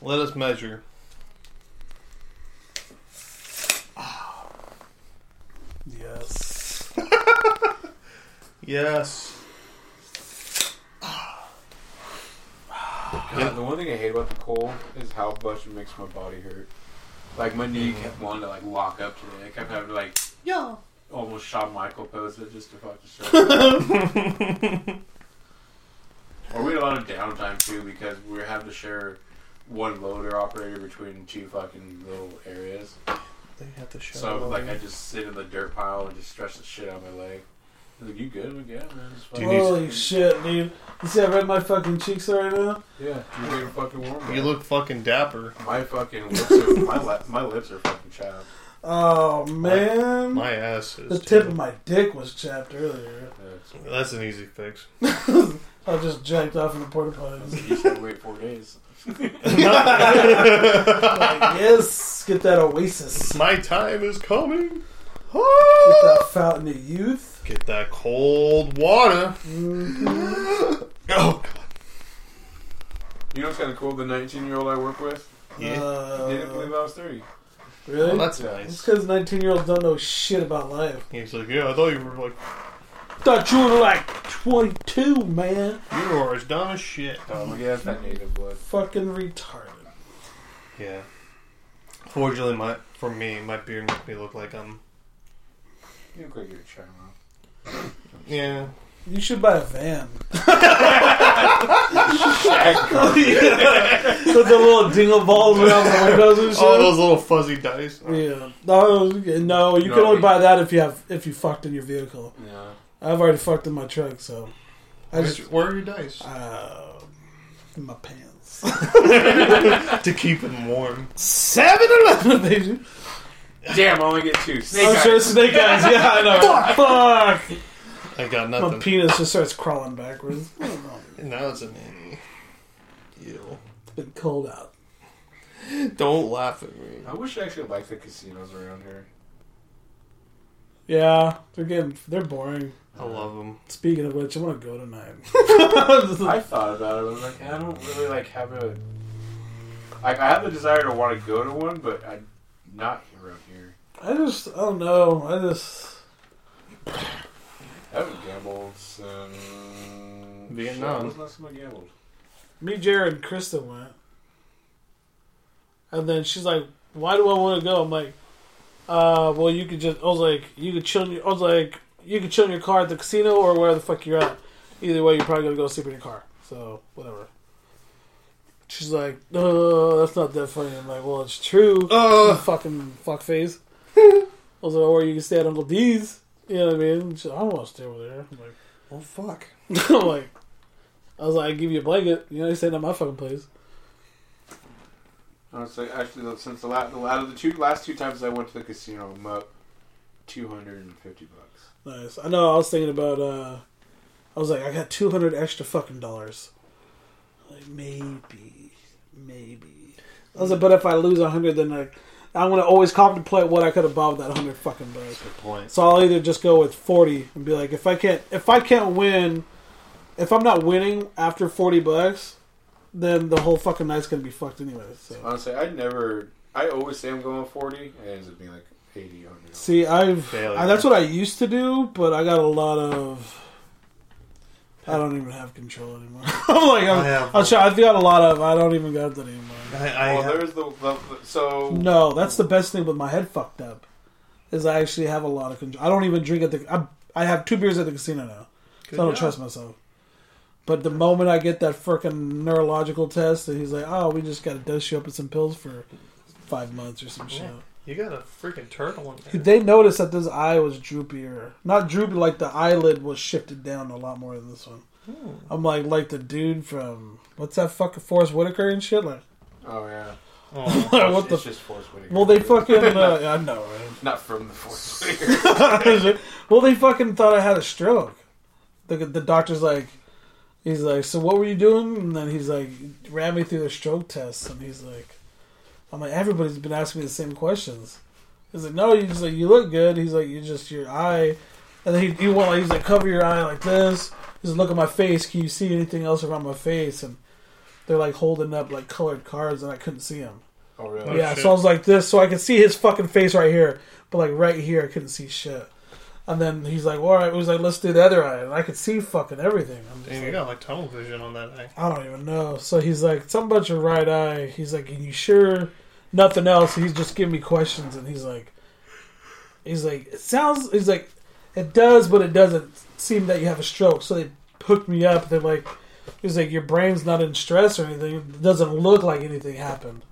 Speaker 2: Let us measure.
Speaker 1: Yes.
Speaker 2: Yes.
Speaker 3: God, The one thing I hate about the cold is how much it makes my body hurt. Like my knee kept wanting to like lock up today. I kept having to like
Speaker 2: Yeah.
Speaker 3: almost Shawn Michael pose it just to fucking show.
Speaker 2: <laughs>
Speaker 3: or we had a lot of downtime too because we were having to share one loader operator between two fucking little areas.
Speaker 2: They have to show.
Speaker 3: So like I just sit in the dirt pile and just stretch the shit out of my leg. I was like, you good? I'm like, yeah, man. It's
Speaker 2: Do
Speaker 3: fine.
Speaker 2: you need-
Speaker 1: Holy shit, dude! You see, I red my fucking cheeks right now.
Speaker 3: yeah, you're getting fucking warm.
Speaker 2: you
Speaker 3: man.
Speaker 2: look fucking dapper.
Speaker 3: my fucking lips are my, li- my lips are fucking chapped.
Speaker 1: Oh man,
Speaker 2: My ass is.
Speaker 1: the tip of my dick was chapped earlier.
Speaker 3: Yeah,
Speaker 2: <laughs>
Speaker 3: it's-
Speaker 2: That's an easy <laughs> fix.
Speaker 1: I just jacked off in the porta potties.
Speaker 3: You should wait four days.
Speaker 1: Like, yes, get that oasis. Get
Speaker 2: My time is coming.
Speaker 1: that fountain of youth.
Speaker 2: Get that cold water.
Speaker 1: Mhm.
Speaker 2: <laughs> Oh, God.
Speaker 3: You know what's kind of cool? The 19 year old I work with didn't
Speaker 1: Uh,
Speaker 3: believe I was 30.
Speaker 1: really?
Speaker 2: that's
Speaker 1: It's
Speaker 2: nice.
Speaker 1: because 19 year olds don't know shit about life.
Speaker 2: He's like, yeah, I thought you were like,
Speaker 1: Thought you were like 22, man.
Speaker 2: you are as dumb as shit.
Speaker 3: Oh, look at that native blood.
Speaker 1: Fucking retarded.
Speaker 2: Yeah. Fortunately, my for me, my beard makes me look like um, I'm.
Speaker 3: You look like you're a child.
Speaker 2: Yeah.
Speaker 1: You should buy a van. <laughs> With the little dingle balls around the windows and shit.
Speaker 2: All those little fuzzy dice.
Speaker 1: Yeah. No, no, you
Speaker 3: No,
Speaker 1: can only
Speaker 3: we-
Speaker 1: buy that if you have if you fucked in your vehicle.
Speaker 3: Yeah.
Speaker 1: I've already fucked in my truck, so I
Speaker 2: Which-
Speaker 1: just
Speaker 2: where are your dice?
Speaker 1: uh, in my pants.
Speaker 2: <laughs> to keep them warm.
Speaker 1: Seven Eleven, <laughs> baby.
Speaker 3: Damn, I only get two. Snake
Speaker 1: I'm
Speaker 3: eyes.
Speaker 1: sure snake eyes. Yeah, I know. Fuck.
Speaker 2: I got
Speaker 1: My
Speaker 2: nothing.
Speaker 1: penis just starts crawling backwards. I don't know.
Speaker 2: now it's a nanny. Ew.
Speaker 1: It's been cold out.
Speaker 2: Don't laugh at me.
Speaker 3: I wish I actually liked the casinos around here.
Speaker 1: Yeah, they're getting they're boring.
Speaker 2: I love them.
Speaker 1: Speaking of which, I want to go <laughs> tonight.
Speaker 3: I thought about it. I was like, I don't really like have a. Like, I have the desire to want to go to one, but I'm not here out here.
Speaker 1: I just I don't know. I just
Speaker 3: I haven't gambled since
Speaker 2: Vietnam.
Speaker 3: When was the last time I gambled?
Speaker 1: me, Jared, and Krista went, and then she's like, "Why do I want to go?" I'm like, "Uh, well, you could just." I was like, "You could chill." In your, I was like, "You could chill in your car at the casino or wherever the fuck you're at." Either way, you're probably gonna go sleep in your car. So whatever. She's like, "No, that's not that funny." I'm like, "Well, it's true."
Speaker 2: Uh,
Speaker 1: fucking fuckface. I was like, or you can stay at Uncle D's. You know what I mean? She's like, I don't want to stay over there. I'm like, <laughs>
Speaker 2: oh fuck.
Speaker 1: I'm like, I was like, I give you a blanket. You know, you staying at my fucking place.
Speaker 3: I would say actually since the last, the la- out of the two last two times I went to the casino, I'm up two hundred and fifty bucks.
Speaker 1: Nice. I know. I was thinking about. uh I was like, I got two hundred extra fucking dollars. Like maybe, maybe. I was like, but if I lose a hundred, then like, I want to always contemplate what I could have bought with that hundred fucking bucks.
Speaker 2: Good point.
Speaker 1: So I'll either just go with forty and be like, if I can't, if I can't win, if I'm not winning after forty bucks, then the whole fucking night's gonna be fucked anyway. So
Speaker 3: Honestly, I never. I always say I'm going forty, and it ends up being like eighty, hundred.
Speaker 1: see, I've
Speaker 2: Failure.
Speaker 1: I, that's what I used to do, but I got a lot of. I don't even have control anymore. <laughs> I'm like,
Speaker 2: I
Speaker 1: I'm,
Speaker 2: have-
Speaker 1: I'm sure I've got a lot of. I don't even got that anymore.
Speaker 2: I, I
Speaker 3: Well, there's the, the so
Speaker 1: No, that's the best thing with my head fucked up, is I actually have a lot of control. I don't even drink at the. I, I have two beers at the casino now, so I don't
Speaker 2: job.
Speaker 1: trust myself. But the moment I get that freaking neurological test, and he's like, "Oh, we just got to dose you up with some pills for five months or some shit."
Speaker 2: you got a freaking turtle in <laughs> there.
Speaker 1: They noticed that this eye was droopier, not droopy, like the eyelid was shifted down a lot more than this one. I'm like, like the dude from what's that fucking Forrest Whitaker and shit, like. <laughs>
Speaker 3: oh yeah,
Speaker 2: Oh,
Speaker 1: what
Speaker 3: it's
Speaker 1: the?
Speaker 3: just Force Whitaker.
Speaker 1: well, they fucking. Uh, <laughs> I know, right?
Speaker 3: not from the Force
Speaker 1: <laughs>
Speaker 3: Whitaker.
Speaker 1: well, they fucking thought I had a stroke. The, the doctor's like, he's like, so what were you doing? And then he's like, ran me through the stroke test, and he's like, I'm like, everybody's been asking me the same questions. He's like, no, you just like you look good. He's like, you just your eye, and then he, he went like, he's like, cover your eye like this. He's like, look at my face. Can you see anything else around my face? And they're like holding up like colored cards, and I couldn't see them.
Speaker 3: oh really?
Speaker 1: Yeah,
Speaker 2: shit.
Speaker 1: so I was like this, so I could see his fucking face right here, but like right here, I couldn't see shit. And then he's like, "All right," he was like, "Let's do the other eye," and I could see fucking everything. I'm just
Speaker 2: Damn, you
Speaker 1: like,
Speaker 2: got like tunnel vision on that eye.
Speaker 1: I don't even know. So he's like, "Something about your right eye." He's like, "Are you sure?" Nothing else. He's just giving me questions, and he's like, "He's like, it sounds." He's like, "It does, but it doesn't seem that you have a stroke." So they hooked me up. They're like, "He's like, your brain's not in stress or anything. It doesn't look like anything happened."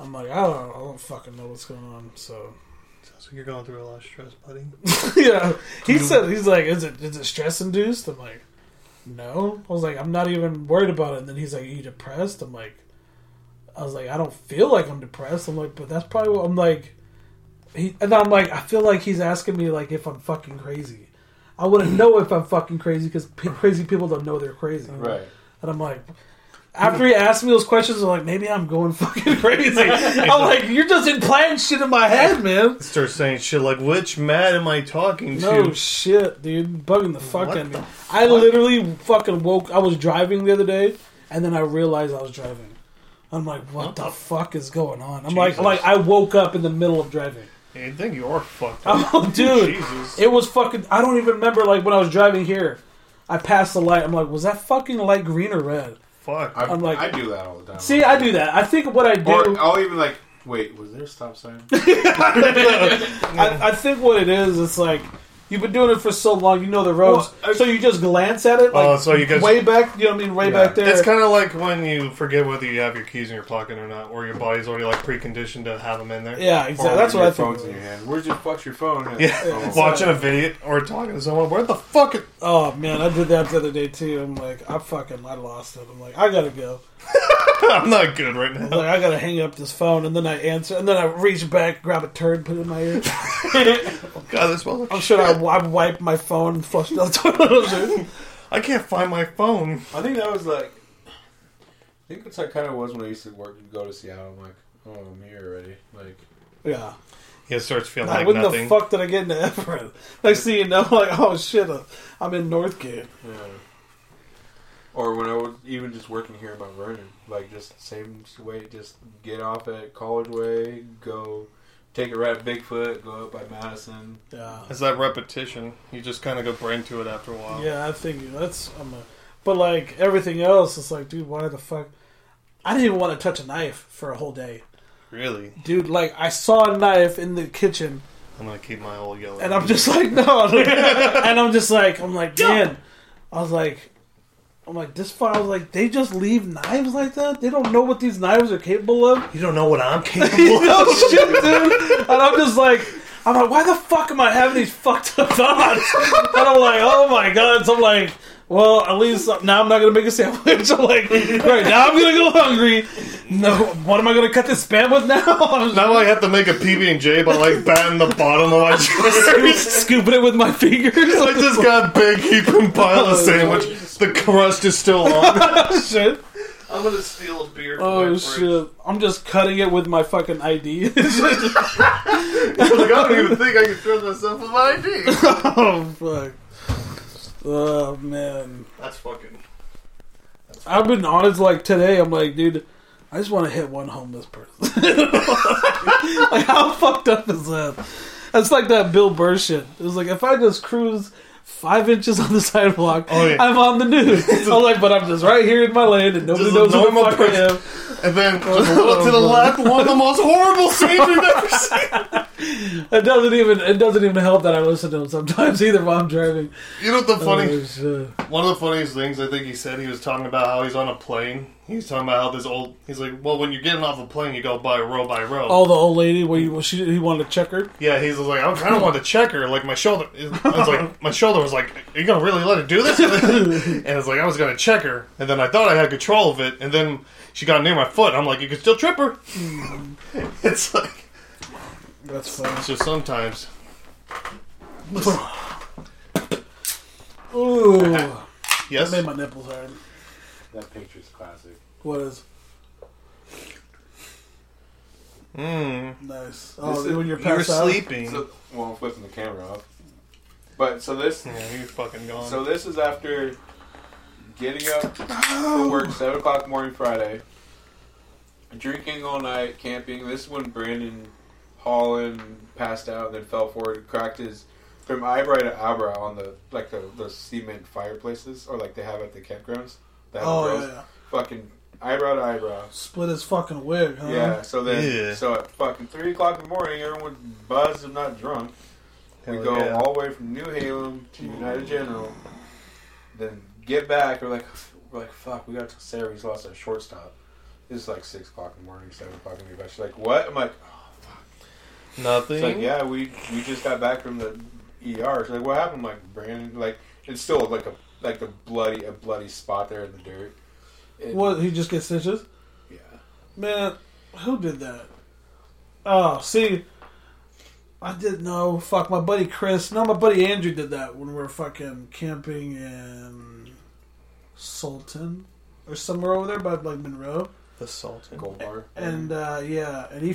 Speaker 1: I'm like, I don't, I don't fucking know what's going on. So
Speaker 2: Sounds like you're going through a lot of stress, <laughs> buddy.
Speaker 1: <laughs> yeah, he said he's like, is it is it stress induced? I'm like, no. I was like, I'm not even worried about it. And then he's like, are you depressed? I'm like, I was like, I don't feel like I'm depressed. I'm like, but that's probably what I'm like. He and I'm like, I feel like he's asking me like if I'm fucking crazy. I want to know if I'm fucking crazy because p- crazy people don't know they're crazy.
Speaker 3: Right.
Speaker 1: And I'm like, after he asked me those questions, I'm like, maybe I'm going <laughs> fucking crazy. I'm like, you're just implanting shit in my head, man.
Speaker 2: Start saying shit like, "Which Matt am I talking
Speaker 1: No
Speaker 2: to?"
Speaker 1: shit, dude. Bugging the fuck
Speaker 2: What
Speaker 1: out of me.
Speaker 2: the
Speaker 1: I literally fucking woke. I was driving the other day, and then I realized I was driving. I'm like, what, the, fuck is going on? I'm like,
Speaker 2: Jesus.
Speaker 1: like I woke up in the middle of driving. <laughs>
Speaker 2: You think you are fucked up.
Speaker 1: Oh, dude,
Speaker 2: Jesus.
Speaker 1: it was fucking. I don't even remember like when I was driving here. I passed the light. I'm like, was that fucking light green or red?
Speaker 2: Fuck.
Speaker 3: I,
Speaker 1: I'm like-
Speaker 3: I do that all the time.
Speaker 1: See, I do that. I think what I do.
Speaker 3: Or
Speaker 2: oh,
Speaker 3: I'll even like, wait, was there a
Speaker 1: <laughs>
Speaker 3: stop sign?
Speaker 1: I, I think what it is, it's like you've been doing it for so long, you know the roads,
Speaker 3: Well, I-
Speaker 1: so you just glance at it. Like,
Speaker 2: Oh, so you guys-
Speaker 1: way back, you know what I mean, way
Speaker 3: Yeah.
Speaker 1: back there.
Speaker 2: It's kind of like when you forget whether you have your keys in your pocket or not, or your body's already like preconditioned to have them in there.
Speaker 1: yeah,
Speaker 3: Or
Speaker 1: exactly. That's
Speaker 3: your
Speaker 1: what I
Speaker 3: phone's in
Speaker 1: think.
Speaker 3: your hand. Where's your fuck's your phone?
Speaker 2: Yeah.
Speaker 1: <laughs>
Speaker 3: Oh.
Speaker 2: Watching a video or talking to someone, where the fuck? Is-
Speaker 1: Oh man, I did that the other day too. I'm like, I fucking, I lost it. I'm like, I gotta go.
Speaker 2: I'm not good right
Speaker 1: <laughs> I'm
Speaker 2: now.
Speaker 1: like, I gotta hang up this phone, and then I answer, and then I reach back, grab a turd, put it in my
Speaker 3: <laughs>
Speaker 1: ear.
Speaker 2: God, this smells like
Speaker 1: I'm sure I, I wipe my phone, flush it down the
Speaker 2: I can't find my phone.
Speaker 3: I think that was like, I think that's like kind of was when I used to work and go to Seattle. I'm like, oh, I'm here already.
Speaker 1: toilet.
Speaker 3: Like,
Speaker 1: <laughs> yeah.
Speaker 2: He starts feeling
Speaker 1: Like,
Speaker 2: like
Speaker 1: when
Speaker 2: nothing.
Speaker 1: the fuck did I get into Everett? Next thing you know, like, oh shit, uh, I'm in Northgate.
Speaker 3: yeah. Or when I was even just working here in Mount Vernon, like just same way, just get off at College Way, go take a right at Bigfoot, go up by Madison.
Speaker 1: Yeah.
Speaker 2: It's that repetition. You just kind of go brain to it after a while.
Speaker 1: Yeah, I think that's. I'm a, but like everything else, it's like, dude, why the fuck? I didn't even want to touch a knife for a whole day,
Speaker 2: Really,
Speaker 1: dude. Like I saw a knife in the kitchen,
Speaker 2: I'm gonna keep my old yellow.
Speaker 1: and I'm just like, no. <laughs> and I'm just like, I'm like, man. I was like, I'm like this far. I was like, they just leave knives like that. They don't know what these knives are capable of.
Speaker 2: You don't know
Speaker 1: <laughs>
Speaker 2: what I'm capable of.
Speaker 1: Oh shit, dude! And I'm just like, I'm like, why the fuck am I having these fucked up thoughts? <laughs> And I'm like, oh my god! So I'm like, well, at least now I'm not gonna make a sandwich. <laughs> I'm like, right now I'm gonna go hungry. No, what am I gonna cut this spam with now? <laughs> I'm just
Speaker 2: Now I have to make a PB and J by like batting the bottom of my <laughs> drawers.
Speaker 1: scooping it with my fingers.
Speaker 2: I just got big heaping pile
Speaker 1: Oh,
Speaker 2: of sandwich. The crust is still on.
Speaker 1: shit.
Speaker 2: <laughs> I'm gonna steal a beer. From
Speaker 1: Oh shit! I'm just cutting it with my fucking <laughs> ID.
Speaker 2: <laughs> Like, I don't even think I can trust myself with my ID.
Speaker 1: oh fuck! Oh man.
Speaker 2: <laughs> That's fucking.
Speaker 1: I've been honest, like today, I'm like, dude, I just want to hit one homeless person. <laughs> like, how fucked up is that? That's like that Bill Burr shit. It was like, if I just cruise five inches on the sidewalk,
Speaker 2: Oh, yeah.
Speaker 1: I'm on the news.
Speaker 2: <laughs>
Speaker 1: I'm like, but I'm just right here in my lane and nobody
Speaker 2: Just a
Speaker 1: knows who the
Speaker 2: normal
Speaker 1: fuck I
Speaker 2: person.
Speaker 1: am.
Speaker 2: And then just a
Speaker 1: Oh,
Speaker 2: little to the left, one of the most horrible scenes we've
Speaker 1: <laughs>
Speaker 2: ever seen.
Speaker 1: It doesn't even it doesn't even help that I listen to him sometimes <laughs> either while I'm driving.
Speaker 2: You know what the funny?
Speaker 1: Oh, shit.
Speaker 2: One of the funniest things I think he said, he was talking about how he's on a plane. He's talking about how this old. He's like, well, when you're getting off a plane, you go by row by row.
Speaker 1: Oh, the old lady where you, she, he wanted to check her.
Speaker 2: Yeah, he's like, I kind of want to check her. Like my shoulder, I was like, my shoulder was like, are you gonna really let her do this? and it's like I was gonna check her, and then I thought I had control of it, and then she got near my foot. I'm like, you can still trip her. <laughs> it's like
Speaker 1: That's funny. <sighs>
Speaker 2: it's just sometimes.
Speaker 1: Ooh,
Speaker 2: Yes.
Speaker 1: made my nipples hard.
Speaker 3: That picture's classic.
Speaker 1: What is?
Speaker 2: Mm.
Speaker 1: Nice. Oh,
Speaker 3: This is-
Speaker 1: when you're
Speaker 2: You're
Speaker 1: passed out.
Speaker 2: sleeping.
Speaker 3: So, well, I'm flipping the camera off. But so this,
Speaker 2: yeah, you're fucking gone.
Speaker 3: so this is after getting up
Speaker 1: Oh.
Speaker 3: for work seven o'clock morning Friday, drinking all night, camping. This is when Brandon Holland passed out and then fell forward, cracked his from eyebrow to eyebrow on the like the, the cement fireplaces or like they have at the campgrounds. That have
Speaker 1: Oh
Speaker 3: grills.
Speaker 1: yeah.
Speaker 3: fucking eyebrow to eyebrow.
Speaker 1: Split his fucking wig, huh?
Speaker 3: Yeah, so then,
Speaker 2: Uh-huh. Yeah.
Speaker 3: so at fucking 3 o'clock in the morning, everyone's buzzed and not drunk. we
Speaker 2: Hell
Speaker 3: go
Speaker 2: yeah.
Speaker 3: all the way from New Halem to United General, then get back. We're like, we're like, fuck, we got to Sarah. He's lost our shortstop. It's like 6 o'clock in the morning, 7 o'clock in the back. She's like, what? I'm like,
Speaker 2: Nothing.
Speaker 3: it's like, yeah, we we just got back from the ER. She's like, what happened? I'm like, Brandon, like, it's still like a like the bloody a bloody spot there in the dirt. And-
Speaker 1: What? He just gets stitches?
Speaker 3: Yeah.
Speaker 1: Man, who did that? Oh, see, I didn't know. Fuck, my buddy Chris. No, my buddy Andrew did that when we were fucking camping in Sultan or somewhere over there by like Monroe.
Speaker 2: The Sultan.
Speaker 3: Gold bar.
Speaker 1: And uh, yeah, and he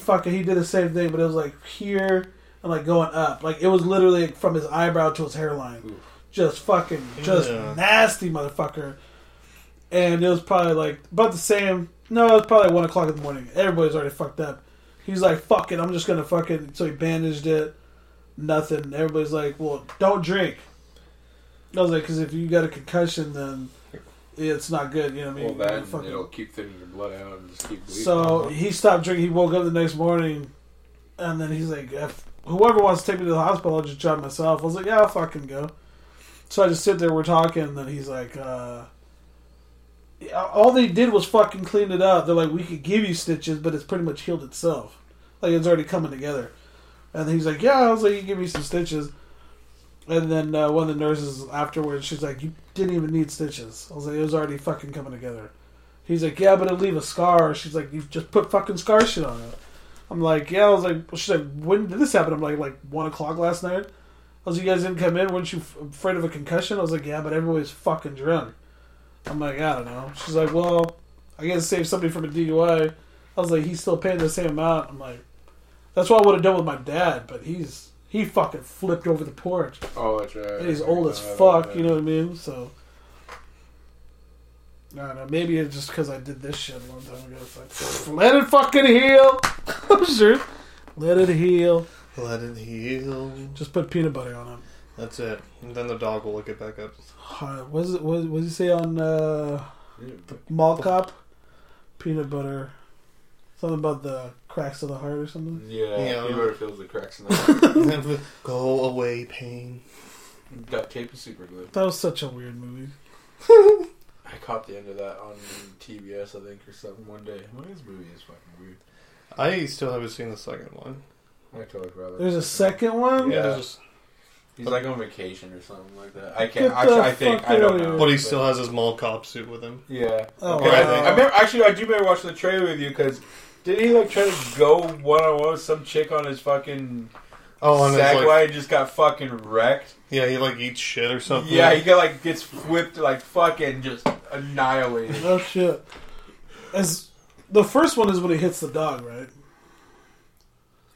Speaker 1: Fucker, he did the same thing, but it was like here and like going up. Like it was literally from his eyebrow to his hairline. Just fucking, just
Speaker 2: Yeah.
Speaker 1: nasty motherfucker. And it was probably like about the same. No, it was probably one o'clock in the morning. Everybody's already fucked up. He's like, fuck it, I'm just gonna fucking. So he bandaged it. Nothing. Everybody's like, well, don't drink. I was like, because if you got a concussion, then it's not good. You know what I
Speaker 3: Well,
Speaker 1: mean?
Speaker 3: that and
Speaker 1: Fucking-
Speaker 3: it'll keep thinning your blood out and just keep bleeding.
Speaker 1: so he stopped drinking. He woke up the next morning, and then he's like, if "Whoever wants to take me to the hospital, I'll just drive myself." I was like, "Yeah, I'll fucking go." So I just sit there. We're talking, and then he's like, uh, yeah, "All they did was fucking clean it up." They're like, "We could give you stitches, but it's pretty much healed itself. Like it's already coming together." And then he's like, "Yeah," I was like, "You give me some stitches." And then uh, one of the nurses afterwards, she's like, "You didn't even need stitches." I was like, "It was already fucking coming together." He's like, yeah, but it'll leave a scar. She's like, you just put fucking scar shit on it. I'm like, yeah. I was like, well, she's like, when did this happen? I'm like, like one o'clock last night. I was like, you guys didn't come in. Weren't you f- afraid of a concussion? I was like, yeah, but everybody's fucking drunk. I'm like, I don't know. She's like, well, I guess save somebody from a DUI. I was like, he's still paying the same amount. I'm like, that's what I would have done with my dad, but he's he fucking flipped over the porch.
Speaker 3: oh, that's right.
Speaker 1: And he's
Speaker 3: I
Speaker 1: old as
Speaker 3: forgot about
Speaker 1: fuck,
Speaker 3: that.
Speaker 1: you know what I mean? So. I don't know. Maybe it's just because I did this shit a long time ago. It's like, let it fucking heal! <laughs> I'm sure. Let it heal.
Speaker 2: Let it heal.
Speaker 1: Just put peanut butter on it.
Speaker 2: That's it. And then the dog will look it back up.
Speaker 1: Alright, What is it? What what did you say on uh, the mall cop? Peanut butter. Something about the cracks of the heart or something.
Speaker 3: Yeah,
Speaker 2: Yeah.
Speaker 3: he already fills the cracks in
Speaker 2: <laughs>
Speaker 3: the
Speaker 2: Go away, pain.
Speaker 3: duct tape and super glue.
Speaker 1: That was such a weird movie.
Speaker 3: I caught the end of that on TBS, I think, or something one day. I'm like, this movie is fucking weird.
Speaker 2: I still haven't seen the second one.
Speaker 3: I totally forgot. about
Speaker 1: There's a
Speaker 3: that.
Speaker 1: second one.
Speaker 3: Yeah.
Speaker 2: There's just-
Speaker 3: He's like on vacation or something like that. I
Speaker 1: Get
Speaker 3: can't.
Speaker 1: the
Speaker 3: Actually, I think
Speaker 1: fuck
Speaker 3: I
Speaker 1: outta
Speaker 3: don't
Speaker 1: here.
Speaker 3: know.
Speaker 2: But he still has his mall cop suit with him.
Speaker 3: Yeah.
Speaker 1: Oh,
Speaker 3: okay. I,
Speaker 2: wow.
Speaker 3: think, I remember. Actually, I do remember watching the trailer with you because did he like try to go one on one with some chick on his fucking
Speaker 2: Oh, and
Speaker 3: sack
Speaker 2: it's like,
Speaker 3: line and just got fucking wrecked?
Speaker 2: yeah, he like eats shit or something.
Speaker 3: Yeah, he got like gets whipped like fucking just annihilated.
Speaker 1: Oh shit. As the first one is when he hits the dog, right?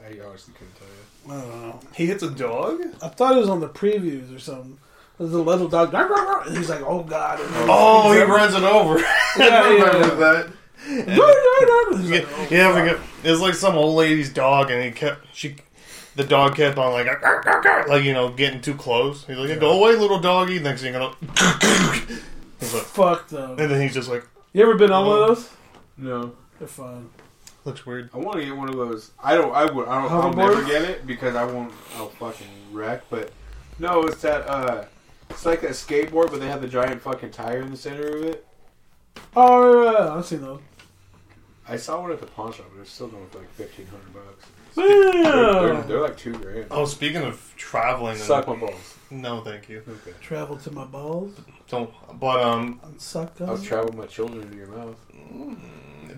Speaker 3: I honestly couldn't tell you.
Speaker 1: I don't know.
Speaker 2: he hits a dog.
Speaker 1: I thought it was on the previews or something. There's a little dog, and he's like, "Oh God!" And then-
Speaker 2: Oh, he runs it
Speaker 3: <laughs>
Speaker 2: over. <laughs>
Speaker 1: Yeah,
Speaker 2: I remember
Speaker 1: yeah.
Speaker 2: that.
Speaker 1: He's like,
Speaker 2: Yeah, yeah, we got, it was like some old lady's dog, and he kept she, the dog kept on like, <laughs> "Arr, arr, arr, arr," like you know, getting too close. He's like, "Go away, little doggy." Next thing you know, <laughs> he's like,
Speaker 1: Fuck though.
Speaker 2: and then he's just like,
Speaker 1: You ever been on one of those?
Speaker 3: No,
Speaker 1: They're fun.
Speaker 2: looks weird.
Speaker 3: I want to get one of those. I don't. I would. I don't. I'll
Speaker 1: Hoverboards?
Speaker 3: never get it because I won't. I'll fucking wreck. But no, it's that. uh It's like that skateboard, but they have the giant fucking tire in the center of it.
Speaker 1: Oh, yeah, yeah, I've seen those.
Speaker 3: I saw one at the pawn shop, but it's still going for like fifteen hundred bucks. They're,
Speaker 1: Yeah.
Speaker 3: they're like two grand.
Speaker 2: Oh, speaking of traveling,
Speaker 3: Suck
Speaker 2: and,
Speaker 3: my balls.
Speaker 2: no, thank you.
Speaker 3: Okay.
Speaker 1: Travel to my balls
Speaker 2: Don't. But um,
Speaker 1: and suck
Speaker 3: I'll
Speaker 1: them.
Speaker 3: travel my children into your mouth.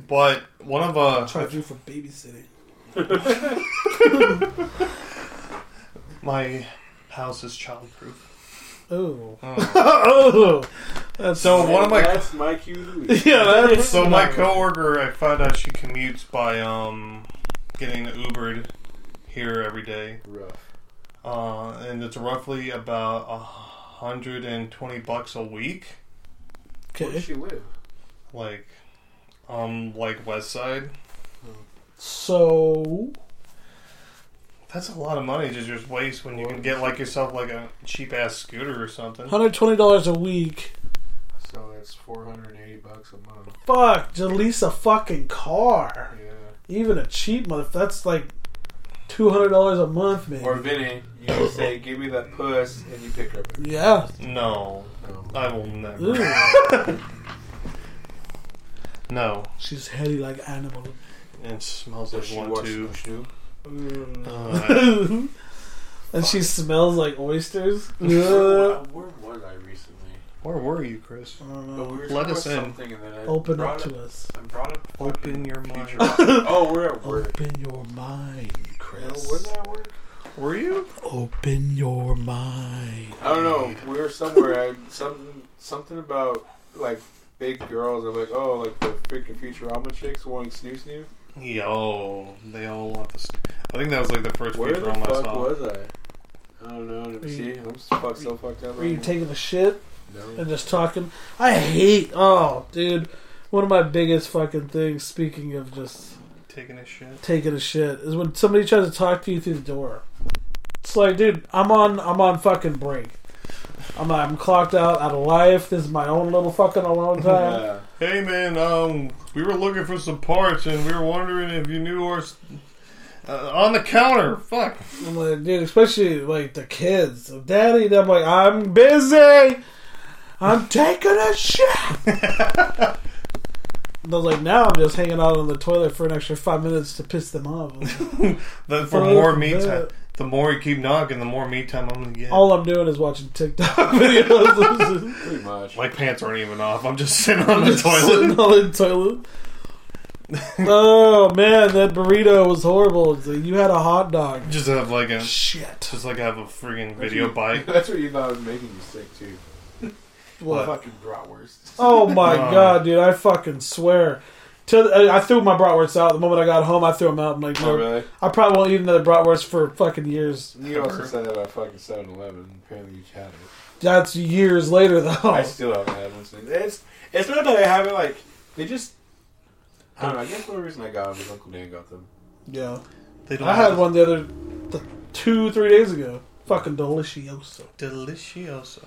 Speaker 2: but one of uh,
Speaker 1: Charge you for babysitting.
Speaker 2: my house is childproof.
Speaker 3: Hmm.
Speaker 1: Oh,
Speaker 2: Oh.
Speaker 1: <laughs> oh, that's
Speaker 2: So one of my
Speaker 3: That's my cue. to leave.
Speaker 1: yeah.
Speaker 3: <laughs>
Speaker 1: That's
Speaker 2: so my coworker, I found out she commutes by um getting Ubered here every day.
Speaker 3: Rough.
Speaker 2: uh, and it's roughly about a hundred and twenty bucks a week,
Speaker 3: Where does
Speaker 1: Okay.
Speaker 3: she live?
Speaker 2: like um like West Side.
Speaker 1: So
Speaker 2: That's a lot of money to just waste when you can get like yourself like a cheap ass scooter or something.
Speaker 1: hundred twenty dollars a week.
Speaker 3: So that's four hundred and eighty bucks a month.
Speaker 1: Fuck, just lease a fucking car.
Speaker 3: Yeah.
Speaker 1: Even a cheap month. That's like two hundred dollars a month, man.
Speaker 3: Or Vinny, you just say, "Give me that puss," and you pick her up.
Speaker 1: yeah.
Speaker 2: No,
Speaker 3: No.
Speaker 2: I will never.
Speaker 1: Ooh.
Speaker 2: <laughs> No,
Speaker 1: She's heady like animal.
Speaker 2: it smells
Speaker 3: So
Speaker 2: like
Speaker 3: she
Speaker 2: one
Speaker 3: watched
Speaker 2: too.
Speaker 1: <laughs>
Speaker 3: Scooby-Doo.
Speaker 2: Uh,
Speaker 1: <coughs> and she smells like <laughs> oysters.
Speaker 3: Where
Speaker 1: Ugh.
Speaker 3: where was I recently?
Speaker 2: where were you, Chris?
Speaker 1: I don't
Speaker 3: But
Speaker 1: know.
Speaker 3: we were
Speaker 2: Let us
Speaker 3: talking about
Speaker 2: in.
Speaker 3: Something and then I
Speaker 1: Open up
Speaker 3: brought
Speaker 1: to us.
Speaker 3: I brought up
Speaker 2: Open your mind.
Speaker 3: future. <laughs> oh, we're at work.
Speaker 1: Open your mind,
Speaker 3: No,
Speaker 1: Chris.
Speaker 3: wasn't I Oh, at work?
Speaker 2: Were you?
Speaker 1: Open your mind.
Speaker 3: I don't know. We were somewhere. I, something something about like big girls. I'm like, oh, like the freaking Futurama chicks wanting snoo snoo.
Speaker 2: Yo, they all want this. I think that was like the first
Speaker 3: Where
Speaker 2: feature
Speaker 3: the
Speaker 2: on my
Speaker 3: fuck
Speaker 2: song.
Speaker 3: was I? I don't know.
Speaker 1: Were you-
Speaker 3: See, I'm s- fuck so fucked up.
Speaker 1: Were you taking a shit
Speaker 3: no.
Speaker 1: and just talking? I hate. Oh, dude. One of my biggest fucking things, speaking of just
Speaker 2: Taking a shit.
Speaker 1: taking a shit is when somebody tries to talk to you through the door. It's like, dude, I'm on I'm on fucking break. I'm I'm clocked out out of life. This is my own little fucking alone time.
Speaker 3: Yeah.
Speaker 2: Hey man, um, we were looking for some parts and we were wondering if you knew our s- uh, on the counter. Fuck.
Speaker 1: I'm like, dude, especially like the kids, daddy. I'm like, I'm busy. I'm taking a shit. And I was like, now I'm just hanging out on the toilet for an extra five minutes to piss them off.
Speaker 2: But for
Speaker 1: Fuck
Speaker 2: more me
Speaker 1: that.
Speaker 2: time, the more you keep knocking, the more me time I'm gonna get.
Speaker 1: All I'm doing is watching TikTok <laughs> videos. <laughs>
Speaker 3: Pretty much.
Speaker 2: My pants aren't even off. I'm just <laughs> sitting on the
Speaker 1: Just
Speaker 2: toilet.
Speaker 1: sitting on the toilet. oh man, that burrito was horrible. It's like, you had a hot dog.
Speaker 2: <laughs> Just have like a
Speaker 1: Shit.
Speaker 2: just like have a freaking video bite.
Speaker 3: <laughs> That's what you thought was making you sick too.
Speaker 1: What?
Speaker 3: Fucking bratwurst.
Speaker 1: Oh my
Speaker 3: Uh.
Speaker 2: Oh.
Speaker 1: god, dude! I fucking swear. Till I I threw my bratwurst out the moment I got home. I threw them out. I'm like, no,
Speaker 3: Oh really?
Speaker 1: I probably won't eat another bratwurst for fucking years.
Speaker 3: You also said that about fucking 7-Eleven. Apparently you had it.
Speaker 1: That's years later though.
Speaker 3: I still haven't had one since. It's it's not that I haven't like they just. I don't know. I guess the only reason I got them is Uncle Dan got them.
Speaker 1: <laughs> yeah,
Speaker 2: They don't
Speaker 1: I had one the other, th- two three days ago. Fucking delicioso.
Speaker 2: delicioso.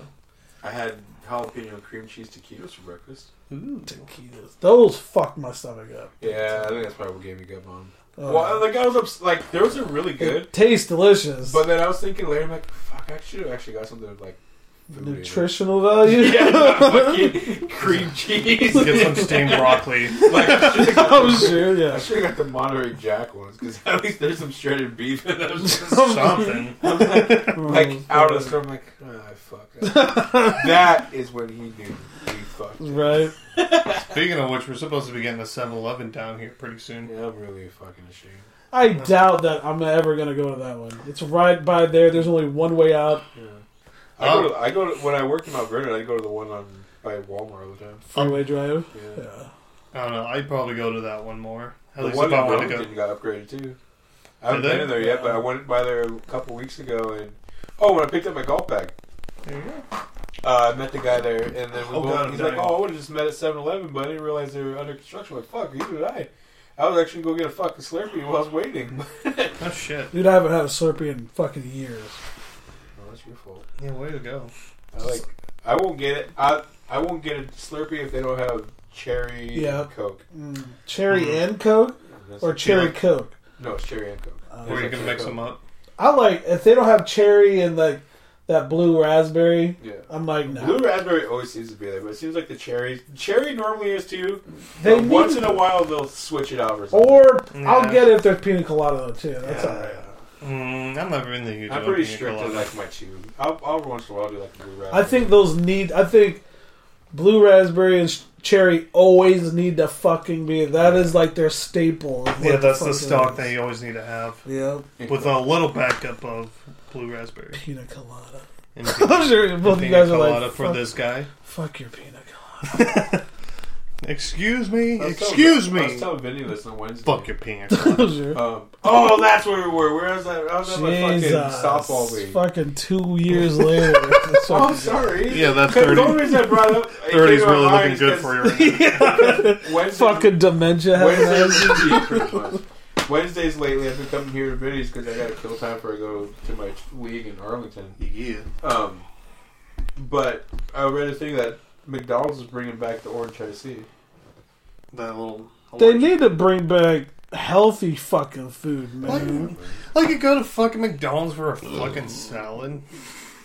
Speaker 3: I had jalapeno cream cheese taquitos for breakfast.
Speaker 2: Ooh.
Speaker 1: Tequilas. Those fucked my stomach up.
Speaker 3: Yeah, I think that's probably what gave me up on.
Speaker 1: Oh.
Speaker 3: well, like I was ups- like those are really good,
Speaker 1: Tastes delicious.
Speaker 3: but then I was thinking later, I'm like, fuck, I should have actually got something with, like food in it.
Speaker 1: nutritional value.
Speaker 3: <laughs> Yeah, not fucking cream
Speaker 1: <laughs>
Speaker 3: cheese.
Speaker 2: Get some steamed broccoli.
Speaker 3: like, I should have got,
Speaker 1: I'm sure.
Speaker 3: I
Speaker 1: Yeah.
Speaker 3: should've got the Monterey Jack ones because at least there's some shredded beef in them.
Speaker 2: Something.
Speaker 3: like out of the storm, like ah, fuck. that." that is when he knew we fucked.
Speaker 1: Right.
Speaker 2: Speaking of which, we're supposed to be getting a 7-Eleven down here pretty soon.
Speaker 3: Yeah, I'm really fucking ashamed.
Speaker 1: I doubt that I'm ever gonna go to that one. It's right by there. There's only one way out.
Speaker 3: Yeah. I
Speaker 2: Oh.
Speaker 3: go. To, I go to, when I work in Mount Vernon. I go to the one on by Walmart all the time.
Speaker 1: Freeway drive.
Speaker 3: Yeah.
Speaker 1: Yeah.
Speaker 2: I don't know. I'd probably go to that one more. At
Speaker 3: the
Speaker 2: least
Speaker 3: one
Speaker 2: if I
Speaker 3: in
Speaker 2: want to go.
Speaker 3: Wilmington got upgraded too. I haven't
Speaker 2: Did they?
Speaker 3: been in there yet, but I went by there a couple weeks ago, and oh, when I picked up my golf bag,
Speaker 2: There you go.
Speaker 3: uh, I met the guy there, and then we
Speaker 2: Oh,
Speaker 3: both,
Speaker 2: God,
Speaker 3: he's
Speaker 2: I'm
Speaker 3: like,
Speaker 2: dying.
Speaker 3: "Oh, I would have just met at 7-Eleven, but I didn't realize they were under construction." I'm like, fuck, neither did I. I was actually going to go get a fucking Slurpee while I was waiting. <laughs>
Speaker 2: Oh, shit.
Speaker 1: Dude, I haven't had a Slurpee in fucking years.
Speaker 3: Oh, that's your fault.
Speaker 2: Yeah, way to go.
Speaker 3: I like. I won't get it. I I won't get a Slurpee if they don't have cherry
Speaker 1: Yeah.
Speaker 3: and Coke.
Speaker 1: Mm. Cherry and Coke, or cherry
Speaker 2: Yeah.
Speaker 1: Coke.
Speaker 3: no, it's cherry and Coke.
Speaker 1: Uh,
Speaker 2: Or
Speaker 3: There's
Speaker 2: you
Speaker 3: no
Speaker 2: can
Speaker 3: cherry
Speaker 2: mix
Speaker 3: Coke.
Speaker 2: them up.
Speaker 1: I like if they don't have cherry and like that blue raspberry.
Speaker 3: Yeah.
Speaker 1: I'm like no.
Speaker 3: Blue raspberry always seems to be there, but it seems like the cherries. Cherry normally is too.
Speaker 1: They
Speaker 3: but once
Speaker 1: need-
Speaker 3: in a while they'll switch it out or something.
Speaker 1: Or I'll
Speaker 2: Yeah.
Speaker 1: get it if there's pina colada though too. That's
Speaker 3: Yeah.
Speaker 1: all right.
Speaker 2: Mm, I'm not really huge
Speaker 3: I'm
Speaker 2: on
Speaker 3: pretty
Speaker 2: pina
Speaker 3: strict on
Speaker 2: colada.
Speaker 3: like my chew. I'll, I'll once in a while do like a blue raspberry.
Speaker 1: I think those need. I think blue raspberry and sh- cherry always need to fucking be. That is like their staple. of what
Speaker 2: Yeah, that's the
Speaker 1: fuck
Speaker 2: stock
Speaker 1: it
Speaker 2: that
Speaker 1: is.
Speaker 2: you always need to have.
Speaker 1: Yeah,
Speaker 2: With a little backup of blue
Speaker 1: <laughs>
Speaker 2: raspberry.
Speaker 1: pina colada.
Speaker 2: And
Speaker 1: I'm sure both of you
Speaker 2: pina
Speaker 1: guys are
Speaker 2: colada
Speaker 1: like,
Speaker 2: for
Speaker 1: fuck,
Speaker 2: this guy.
Speaker 1: fuck your pina colada.
Speaker 2: Excuse me.
Speaker 3: I was telling-
Speaker 2: Excuse
Speaker 3: I was
Speaker 2: me.
Speaker 3: telling Vinny this on Wednesday.
Speaker 2: Fuck your pina
Speaker 3: <laughs>
Speaker 2: colada.
Speaker 1: Sure.
Speaker 3: Um, oh, that's where we were. Where was I? I was at my
Speaker 1: <laughs>
Speaker 3: fucking
Speaker 1: Jesus,
Speaker 3: softball league.
Speaker 1: fucking two years
Speaker 3: <laughs>
Speaker 1: later. That's
Speaker 3: Oh, I'm
Speaker 1: fucking-
Speaker 3: sorry.
Speaker 2: Yeah, that's
Speaker 3: Because The
Speaker 2: 30.
Speaker 3: only reason I brought
Speaker 2: <laughs>
Speaker 3: it up, it
Speaker 2: 30's
Speaker 3: came to my
Speaker 2: really looking
Speaker 3: mind is
Speaker 2: good
Speaker 3: <laughs> 'cause
Speaker 2: for you right now.
Speaker 3: Wednesday,
Speaker 1: Fucking dementia. has
Speaker 3: Wednesday
Speaker 1: that.
Speaker 3: was easy, pretty much. Wednesdays lately, I've been coming here to videos because I got to kill time before I go to my league in Arlington.
Speaker 2: Yeah.
Speaker 3: Um, but I read a thing that McDonald's is bringing back the orange Tennessee.
Speaker 2: That little.
Speaker 1: They need to bring back healthy fucking food, man.
Speaker 2: Like, I could go to fucking McDonald's for a fucking salad.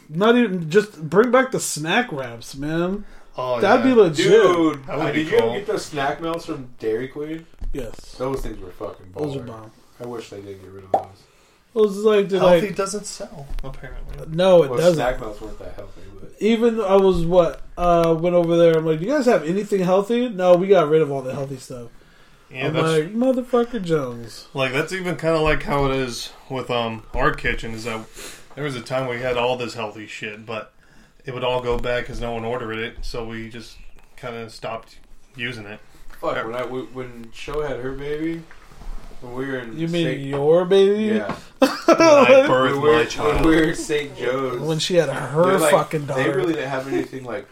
Speaker 1: Not even just bring back the snack wraps, man.
Speaker 2: Oh,
Speaker 1: That'd
Speaker 2: yeah.
Speaker 1: be legit.
Speaker 3: Dude,
Speaker 2: That would
Speaker 3: uh,
Speaker 2: be
Speaker 3: did you ever
Speaker 2: cool.
Speaker 3: get those snack melts from Dairy Queen?
Speaker 1: Yes,
Speaker 3: Those things were fucking baller.
Speaker 1: those are bomb.
Speaker 3: I wish they did get rid of those.
Speaker 1: It was like, they're
Speaker 2: Healthy
Speaker 1: like
Speaker 2: doesn't sell, apparently.
Speaker 1: no, it
Speaker 3: well,
Speaker 1: doesn't.
Speaker 3: snack melts weren't that healthy, but
Speaker 1: Even I was what uh went over there. I'm like, do you guys have anything healthy? No, we got rid of all the healthy stuff.
Speaker 2: Yeah,
Speaker 1: I'm
Speaker 2: that's
Speaker 1: like, motherfucker Jones.
Speaker 2: Like that's even kind of like how it is with um our kitchen. Is that there was a time we had all this healthy shit, but it would all go bad because no one ordered it, so we just kind of stopped
Speaker 1: <laughs>
Speaker 2: using it.
Speaker 3: fuck when I w- when Show had her baby, when we were in
Speaker 1: You mean
Speaker 3: Saint-
Speaker 1: your baby?
Speaker 3: yeah
Speaker 2: When I
Speaker 3: when
Speaker 2: birthed
Speaker 3: we were,
Speaker 2: my
Speaker 3: when
Speaker 2: child.
Speaker 3: we were in St. Joe's
Speaker 1: When she had her
Speaker 3: They're, like,
Speaker 1: fucking daughter.
Speaker 3: They really didn't have anything like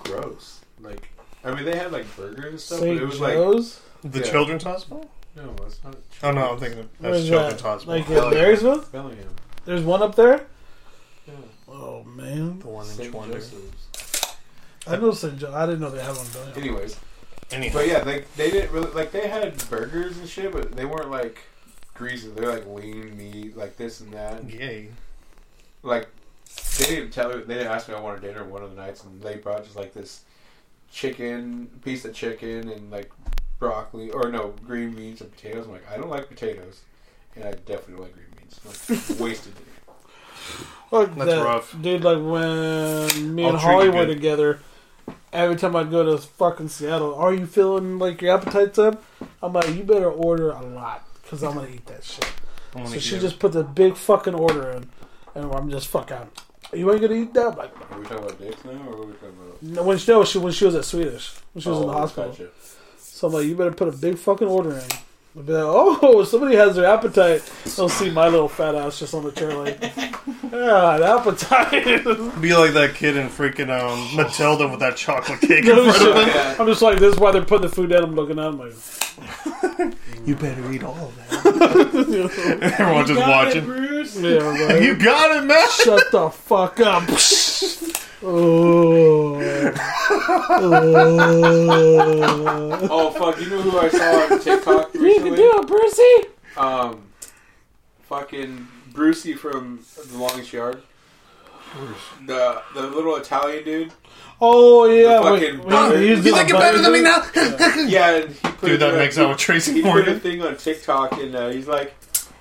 Speaker 3: gross. Like I mean, they had like burgers and stuff, but it
Speaker 1: St.
Speaker 3: was
Speaker 1: Joe's.
Speaker 2: the
Speaker 3: yeah.
Speaker 2: children's hospital?
Speaker 3: like no, it's not.
Speaker 2: Oh no, I'm thinking of, that's
Speaker 1: Where's
Speaker 2: children's
Speaker 1: that?
Speaker 2: hospital.
Speaker 1: Like in Marysville?
Speaker 3: Bellingham.
Speaker 1: There's one up there.
Speaker 3: Yeah.
Speaker 1: Oh man,
Speaker 2: the one
Speaker 3: St.
Speaker 2: inch wonder.
Speaker 3: Joseph's.
Speaker 1: I know St. Joe. I didn't know they had one. in Bellingham.
Speaker 3: Anyways,
Speaker 2: Anyway,
Speaker 3: but yeah, like they didn't really like they had burgers and shit, but they weren't like greasy. They're like lean meat, like this and that.
Speaker 2: yay!
Speaker 3: Like they didn't tell me. They didn't ask me I wanted dinner one of the nights, and they brought just like this chicken piece of chicken and like broccoli or no green beans and potatoes. I'm like, I don't like potatoes, and I definitely don't like green beans. Like, wasted dinner.
Speaker 1: Fuck
Speaker 2: That's
Speaker 1: that.
Speaker 2: rough.
Speaker 1: Dude, like when me
Speaker 2: I'll
Speaker 1: and
Speaker 2: treat
Speaker 1: Holly
Speaker 2: you
Speaker 1: were
Speaker 2: good.
Speaker 1: together, every time I'd go to fucking Seattle, are you feeling like your appetite's up? I'm like, you better order a lot because I'm going to eat that shit.
Speaker 2: I'm gonna
Speaker 1: So she
Speaker 2: give-
Speaker 1: just put the big fucking order in, and I'm just fuck out. You ain't gonna eat that? I'm Like
Speaker 3: Are we talking about dicks now, or are we talking about?
Speaker 1: no, when she, no, she when she was at Swedish, when she was in the
Speaker 3: Oh,
Speaker 1: hospital.
Speaker 3: gotcha.
Speaker 1: So I'm like, you better put a big fucking order in. I'd be like, oh, <laughs> somebody has their appetite. They'll see my little fat ass just on the chair, like, ah, an appetite. <laughs>
Speaker 2: be like that kid in freaking um Matilda with that chocolate cake in
Speaker 1: No
Speaker 2: front of
Speaker 1: shit.
Speaker 2: him.
Speaker 1: I'm just like, this is why they're putting the food down. I'm looking at them like,
Speaker 2: You better eat all of that. <laughs> Everyone just watching.
Speaker 1: yeah, I'm like,
Speaker 2: you got it, man.
Speaker 1: shut the fuck up. <laughs> oh. oh.
Speaker 3: Oh fuck! You know who I saw on
Speaker 1: <laughs>
Speaker 3: TikTok
Speaker 1: You can
Speaker 3: recently?
Speaker 1: do it, Percy.
Speaker 3: Um, fucking Brucey from The Longest Yard. The the little Italian dude.
Speaker 1: Oh, yeah.
Speaker 3: The
Speaker 1: wait,
Speaker 3: fucking-
Speaker 1: wait, he's the button dude?
Speaker 3: Yeah, and he
Speaker 2: <laughs>
Speaker 3: put
Speaker 2: Dude,
Speaker 3: it
Speaker 2: that
Speaker 3: in
Speaker 2: makes
Speaker 3: a,
Speaker 2: out with
Speaker 3: he
Speaker 2: Tracy
Speaker 3: put a
Speaker 2: Morgan.
Speaker 3: thing on TikTok and uh, he's like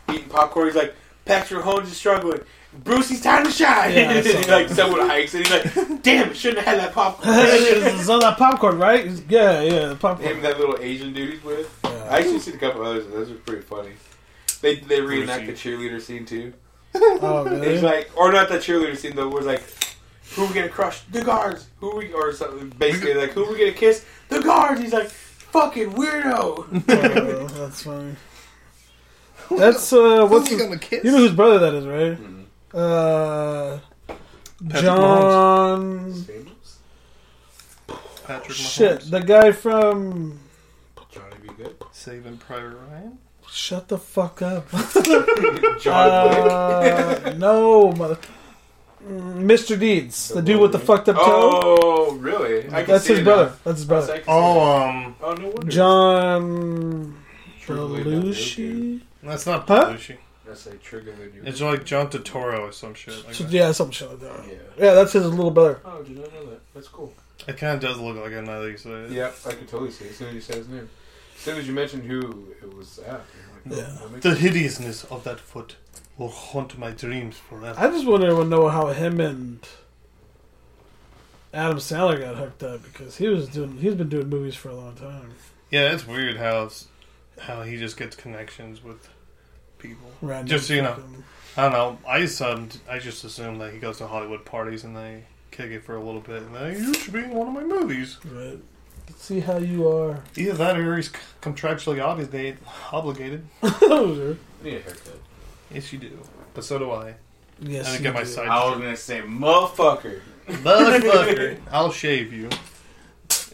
Speaker 3: eating popcorn. He's like, Patrick Holmes is struggling. Brucey's time to shine.
Speaker 1: Yeah, I
Speaker 3: <laughs> and
Speaker 1: saw
Speaker 3: he's like someone hikes and he's like, damn, it shouldn't have had
Speaker 1: <laughs>
Speaker 3: that popcorn.
Speaker 1: it's all that popcorn, right? It's- Yeah, yeah, the
Speaker 3: Him and
Speaker 1: popcorn.
Speaker 3: that little Asian dude he's with.
Speaker 1: Yeah.
Speaker 3: I actually seen a couple others. Those are pretty funny. They they reenact the
Speaker 2: Brucey.
Speaker 3: cheerleader scene too.
Speaker 1: Oh,
Speaker 3: And
Speaker 1: really?
Speaker 3: he's like, or not the cheerleader scene though. Where it's like, who we gonna crush? The guards. Who we or something? Basically like, who we gonna kiss? The guards. He's like, fucking weirdo.
Speaker 1: Oh, that's funny. That's, uh, what's his-
Speaker 2: kiss?
Speaker 1: You know whose brother that is, right?
Speaker 3: Mm-hmm.
Speaker 1: Uh,
Speaker 2: Patrick
Speaker 1: John.
Speaker 2: Patrick Mahomes.
Speaker 1: Shit, the guy from.
Speaker 3: Johnny be <laughs> good.
Speaker 2: Saving Private Ryan.
Speaker 1: Shut the fuck up.
Speaker 3: John Wick.
Speaker 1: Uh, no, mother. Mm, Mr. Deeds, the dude with the fucked up toe.
Speaker 3: Oh, really? I can
Speaker 1: That's
Speaker 3: see
Speaker 1: his
Speaker 3: it
Speaker 1: brother.
Speaker 3: now.
Speaker 1: That's his
Speaker 3: I
Speaker 1: brother.
Speaker 3: can see
Speaker 2: Oh, um,
Speaker 3: it. oh no wonder.
Speaker 1: John.
Speaker 3: Truly not
Speaker 1: Belushi?
Speaker 2: that's not
Speaker 1: Huh?
Speaker 2: Belushi.
Speaker 3: That's a trigger video.
Speaker 2: It's like John Totoro or some shit. Like
Speaker 1: So-
Speaker 2: that.
Speaker 1: Yeah, some shit like that.
Speaker 3: yeah.
Speaker 1: Yeah, that's his little brother.
Speaker 3: Oh, did not know that. That's cool.
Speaker 2: It kind of does look like another. You said.
Speaker 3: Yep, I could totally see it as soon as you said his name. As soon as you mentioned who it was at. I'm Like, "Oh,
Speaker 1: Yeah.
Speaker 3: that makes
Speaker 2: The hideousness of that foot will haunt my dreams forever.
Speaker 1: I just want everyone to know how him and Adam Sandler got hooked up because he was doing he's been doing movies for a long time.
Speaker 2: yeah, it's weird how it's, how he just gets connections with people.
Speaker 1: Random
Speaker 2: Just so you know.
Speaker 1: fucking-
Speaker 2: I don't know. I just um, I just assume that he goes to Hollywood parties and they kick it for a little bit and they you should be in one of my movies.
Speaker 1: Right. Let's see how you
Speaker 2: <laughs>
Speaker 1: are.
Speaker 2: Either that or he's contractually obligated. Obligated.
Speaker 3: I need a haircut.
Speaker 2: Yes, you do. But so do I.
Speaker 1: yes.
Speaker 2: I didn't
Speaker 1: you
Speaker 2: get my
Speaker 1: do. Oh,
Speaker 2: <laughs> side.
Speaker 3: I was gonna say motherfucker.
Speaker 1: <laughs>
Speaker 2: Motherfucker, I'll shave you.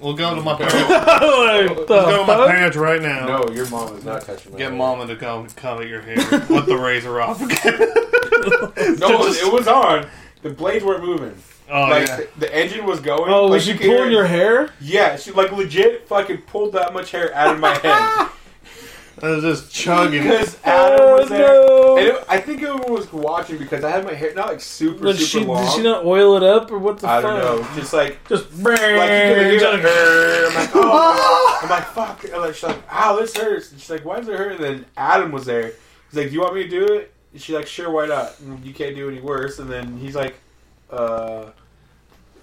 Speaker 2: We'll go to my parents.
Speaker 1: Like, the
Speaker 2: Oh, Let's go to my
Speaker 1: fuck?
Speaker 2: parents right now.
Speaker 3: No, your mom is not touching my
Speaker 2: Get
Speaker 3: hair.
Speaker 2: mama to go and come at your hair with the razor off. <laughs>
Speaker 3: <laughs>
Speaker 2: Oh,
Speaker 3: No, it was- it was on. The blades were moving.
Speaker 2: Oh
Speaker 3: like
Speaker 2: yeah.
Speaker 3: the, the engine was going.
Speaker 1: Oh,
Speaker 3: like,
Speaker 1: was
Speaker 3: you
Speaker 1: she
Speaker 3: could hear
Speaker 1: pulling
Speaker 3: it.
Speaker 1: your hair?
Speaker 3: Yeah, she like legit fucking pulled that much hair out
Speaker 1: <laughs>
Speaker 3: of my head
Speaker 2: I was just chugging.
Speaker 3: because
Speaker 1: Oh,
Speaker 3: Adam was there.
Speaker 1: no.
Speaker 3: And it, I think everyone was watching because I had my hair not like super
Speaker 1: Was
Speaker 3: super
Speaker 1: she,
Speaker 3: long.
Speaker 1: did she not oil it up or what the
Speaker 3: I
Speaker 1: fuck?
Speaker 3: don't know, just like
Speaker 1: Just
Speaker 3: like you could hear like,
Speaker 1: brrrr.
Speaker 3: "Grrr." I'm like, <laughs> oh. I'm like, fuck. I'm like, she's like, ow, this hurts. And she's like, why does it hurt? And then Adam was there. He's like, do you want me to do it? And she's like, sure, why not? And you can't do any worse. And then he's like, uh,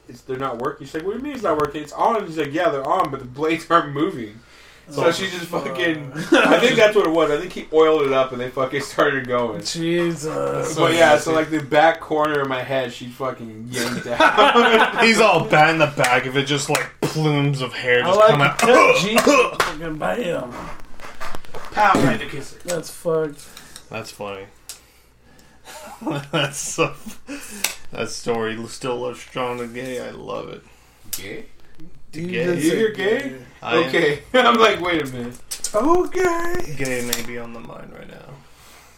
Speaker 3: it's, they're not working. She's like, what do you mean it's not working? It's on. And he's like, yeah, they're on, but the blades aren't moving. So she just fucking. <laughs> I think that's what it was. I think he oiled it up and they fucking started going.
Speaker 1: Jesus.
Speaker 3: but yeah, so like the back corner of my head, she fucking yanked out.
Speaker 2: He's all bad in the back of it, just like plumes of hair
Speaker 1: I
Speaker 2: just come
Speaker 1: like
Speaker 2: out.
Speaker 1: to cut Jesus. Fucking <laughs>
Speaker 3: <laughs>
Speaker 1: bam.
Speaker 3: <laughs> Pow, right to kiss her.
Speaker 1: That's fucked.
Speaker 2: That's funny. <laughs> that's so, that story still lives strong and gay. I love it.
Speaker 3: Gay?
Speaker 1: Dude,
Speaker 2: gay.
Speaker 1: that's
Speaker 3: You
Speaker 1: a
Speaker 3: hear gay?
Speaker 2: I am
Speaker 3: Okay. <laughs> I'm like, wait a minute.
Speaker 1: Okay.
Speaker 2: gay may be on the mind right now.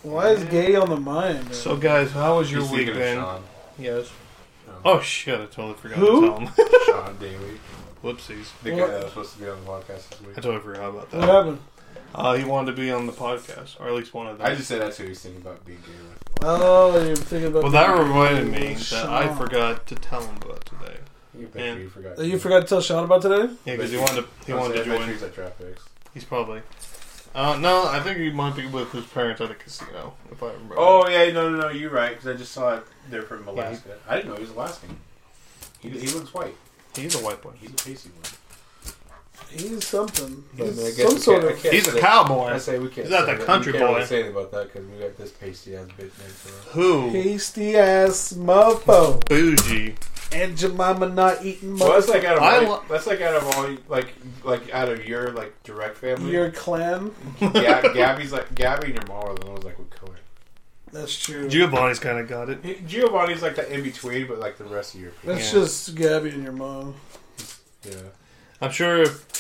Speaker 1: Why is gay on the mind? man?
Speaker 2: So guys, how was your week been? Yes. Oh shit! I totally forgot
Speaker 1: Who?
Speaker 2: to tell him. <laughs>
Speaker 3: Sean Daly.
Speaker 2: Whoopsies!
Speaker 3: The guy
Speaker 1: What?
Speaker 3: that was supposed to be on the podcast this week.
Speaker 2: I totally forgot about
Speaker 1: what
Speaker 2: that.
Speaker 1: happened?
Speaker 2: Uh, he wanted to be on the podcast, or at least one of them.
Speaker 3: I just said that's who he's thinking about being gay with.
Speaker 1: Oh, you're thinking about. Oh,
Speaker 2: Well, that reminded me that
Speaker 1: Sean.
Speaker 2: I forgot to tell him about today.
Speaker 3: You bet
Speaker 2: Man.
Speaker 3: you forgot.
Speaker 1: That Uh, You forgot to tell Sean about today?
Speaker 2: Yeah, because he wanted to. He
Speaker 3: I was
Speaker 2: wanted to
Speaker 3: saying, I bet you
Speaker 2: join.
Speaker 3: He's at traffics.
Speaker 2: He's probably. Uh, no, I think he might be with his parents at a casino, if I remember.
Speaker 3: Oh yeah, no, no, no. You're right because I just saw it. They're from Alaska. I didn't know he was Alaskan. He, he looks white.
Speaker 2: he's a white boy.
Speaker 3: He's a pasty one.
Speaker 1: He's something.
Speaker 3: Yeah, man, I
Speaker 1: He's
Speaker 3: guess
Speaker 1: some
Speaker 3: we
Speaker 1: sort
Speaker 3: can't-
Speaker 1: of.
Speaker 3: I
Speaker 2: He's a
Speaker 3: say-
Speaker 2: cowboy.
Speaker 3: I say we can't.
Speaker 2: He's not
Speaker 3: say
Speaker 2: the
Speaker 3: that.
Speaker 2: country
Speaker 3: we can't
Speaker 2: boy.
Speaker 3: Really say anything about that because we got this pasty ass bitch named for
Speaker 2: Who?
Speaker 1: Hasty ass mofo.
Speaker 2: Bougie.
Speaker 1: And your mama not eating
Speaker 3: Well, that's
Speaker 1: motherfucker.
Speaker 3: like out of
Speaker 2: I
Speaker 3: all,
Speaker 2: lo-
Speaker 3: that's like out of all like like out of your like direct family.
Speaker 1: Your clan.
Speaker 2: <laughs>
Speaker 3: Gab, Gabby's like Gabby and your mom are the ones like with color.
Speaker 1: That's true.
Speaker 2: Giovanni's kind of got it.
Speaker 3: Giovanni's like the in between, but like the rest of your people.
Speaker 1: That's
Speaker 2: Yeah.
Speaker 1: just Gabby and your mom.
Speaker 3: Yeah.
Speaker 2: I'm sure. If,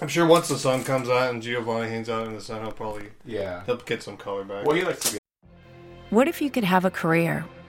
Speaker 2: I'm sure once the sun comes out and Giovanni hangs out in the sun, he'll probably
Speaker 3: Yeah.
Speaker 2: he'll get some color back.
Speaker 3: Well, he likes to be.
Speaker 4: What if you could have a career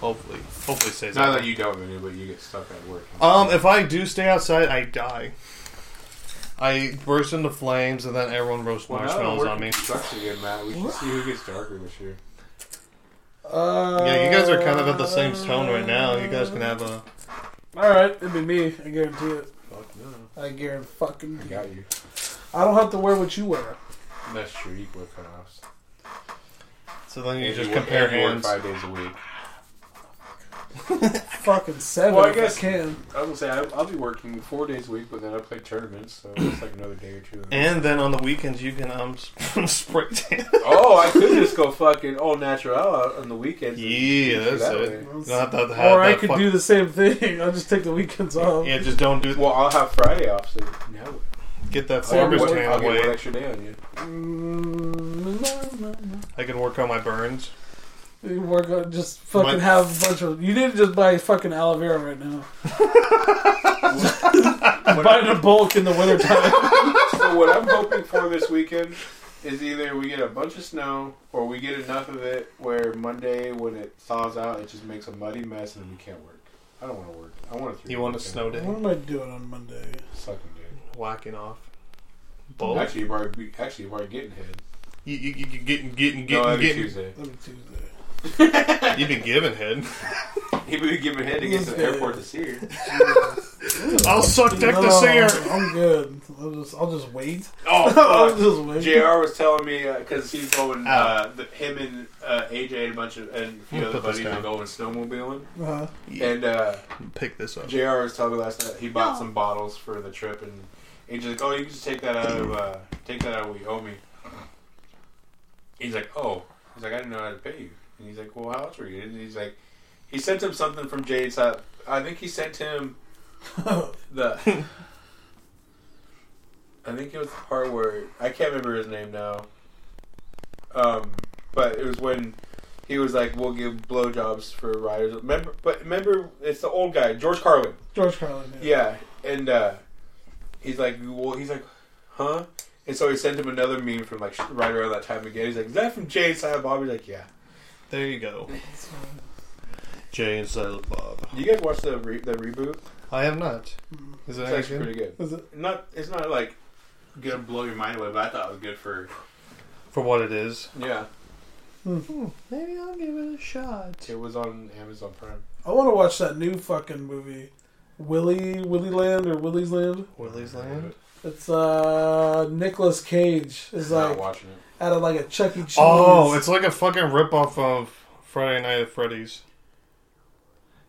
Speaker 2: Hopefully, hopefully stays.
Speaker 3: It's not
Speaker 2: out.
Speaker 3: that you don't, Vinny, but you get stuck at work.
Speaker 2: Um, if I do stay outside, I die. I burst into flames, and then everyone roasts
Speaker 3: Well, now that
Speaker 2: marshmallows
Speaker 3: work
Speaker 2: on me.
Speaker 3: Sucks again, Matt. We should see who gets darker this year.
Speaker 1: Uh,
Speaker 2: Yeah, you guys are kind of at the same tone right now. You guys can have a.
Speaker 1: Alright, it'd be me. I guarantee it.
Speaker 3: Fuck no.
Speaker 1: I guarantee fucking.
Speaker 3: I got you.
Speaker 1: I don't have to wear what you wear.
Speaker 3: That's true. You can wear cutoffs.
Speaker 2: So then you
Speaker 3: And
Speaker 2: just
Speaker 3: work-
Speaker 2: compare
Speaker 3: and you work
Speaker 2: hands.
Speaker 3: Five days a week.
Speaker 1: Fucking seven.
Speaker 3: Well, I
Speaker 1: if
Speaker 3: guess-
Speaker 1: can.
Speaker 3: I was gonna say I'll, I'll be working four days a week, but then I play tournaments, so it's like another day
Speaker 2: <laughs>
Speaker 3: or two.
Speaker 2: And then on the weekends, you can um <laughs> sp- spray tan.
Speaker 3: oh, I could just go fucking all natural out on the weekends.
Speaker 2: yeah, that's
Speaker 3: That
Speaker 2: it.
Speaker 3: way.
Speaker 2: You don't have to have
Speaker 1: Or I
Speaker 2: that
Speaker 1: could
Speaker 2: fuck-
Speaker 1: do the same thing. <laughs> I'll just take the weekends off.
Speaker 2: Yeah, just don't do.
Speaker 3: Well, I'll have Friday off, so no.
Speaker 2: Get that
Speaker 1: Or
Speaker 2: farmer's
Speaker 1: what-
Speaker 2: tan
Speaker 3: I'll, get one
Speaker 2: away.
Speaker 3: extra day on you.
Speaker 1: Mm, no, no, no.
Speaker 2: I can work on my burns.
Speaker 1: You work on just fucking
Speaker 2: My-
Speaker 1: have a bunch of. You need to just buy fucking aloe vera right now. buy it in bulk in the wintertime.
Speaker 3: so what I'm hoping for this weekend is either we get a bunch of snow or we get enough of it where Monday when it thaws out it just makes a muddy mess and we can't work. I don't want to work. I want to.
Speaker 2: You want a snow day?
Speaker 1: <laughs> what am I doing on Monday?
Speaker 3: Sucking dude.
Speaker 2: Whacking off. Both.
Speaker 3: Actually, you're already actually you're already getting hit.
Speaker 2: You, you, you, you getting getting
Speaker 3: no,
Speaker 2: getting
Speaker 3: that'd be
Speaker 2: getting.
Speaker 3: Tuesday.
Speaker 1: Let me Tuesday.
Speaker 2: <laughs> You've been giving
Speaker 3: <laughs>
Speaker 2: head.
Speaker 3: He would be giving head to get to the airpay this year.
Speaker 2: <laughs>
Speaker 3: <laughs>
Speaker 2: I'll suck dick
Speaker 1: No,
Speaker 2: this year.
Speaker 1: I'm good. I'll just I'll just wait. I'll
Speaker 3: Oh,
Speaker 1: just wait.
Speaker 3: Jr. was telling me because he's going. Uh, the, him and uh, AJ and a bunch of and a few
Speaker 2: Oh. Let me
Speaker 3: other
Speaker 2: put this
Speaker 3: buddies
Speaker 2: down.
Speaker 3: are going snowmobiling.
Speaker 1: Uh-huh.
Speaker 2: Yeah.
Speaker 3: And uh,
Speaker 2: Pick this up.
Speaker 3: Jr. was telling me last night he bought some bottles for the trip and And he's like, "Oh, you can just take that out of uh, take that out of what you owe me." He's like, "Oh," he's like, "I didn't know how to pay you." And he's like, "Well, how else were you?" And he's like, he sent him something from Jade's. house. I think he sent him the. I think it was the part where I can't remember his name now. Um, but it was when he was like, "We'll give blowjobs for riders." Remember, but remember, it's the old guy, George Carlin.
Speaker 1: George Carlin.
Speaker 3: Yeah, and uh, he's like, well, he's like, huh? And so he sent him another meme from like right around that time again. He's like, is that from Jay and Silent Bob? He's like, yeah.
Speaker 2: There you go. Jay and Silent Bob.
Speaker 3: You guys watch the re- the reboot?
Speaker 2: I have not. Is it
Speaker 3: Mm. It's actually
Speaker 2: actually
Speaker 3: pretty good.
Speaker 1: Is it?
Speaker 3: Not, it's not like gonna blow your mind away, but I thought it was good for
Speaker 2: for what it is?
Speaker 3: yeah.
Speaker 2: Maybe I'll give it a shot.
Speaker 3: It was on Amazon Prime.
Speaker 1: I want to watch that new fucking movie, Willy Willy Land or Willy's Land.
Speaker 2: Willie's Land.
Speaker 1: It's uh Nicolas Cage is
Speaker 3: not
Speaker 1: like
Speaker 3: watching it.
Speaker 1: out of like a Chuck E. Cheese.
Speaker 2: Oh, it's like a fucking ripoff of Friday Night at Freddy's.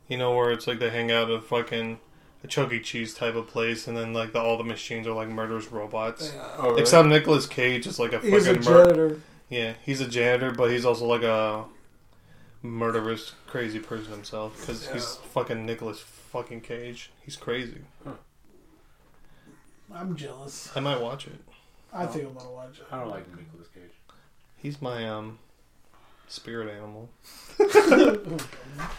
Speaker 2: You know where it's like they hang out at fucking a Chuck E. Cheese type of place, and then like the, all the machines are like murderous robots.
Speaker 3: Oh, really?
Speaker 2: Except Nicolas Cage is like a
Speaker 1: he's a
Speaker 2: fucking murder.
Speaker 1: janitor.
Speaker 2: Yeah, he's a janitor, but he's also like a murderous, crazy person himself because he's fucking Nicholas fucking Cage. He's crazy.
Speaker 1: I'm jealous.
Speaker 2: I might watch it.
Speaker 1: I think I'm gonna watch it.
Speaker 3: I don't like Nicolas Cage.
Speaker 2: He's my um spirit animal.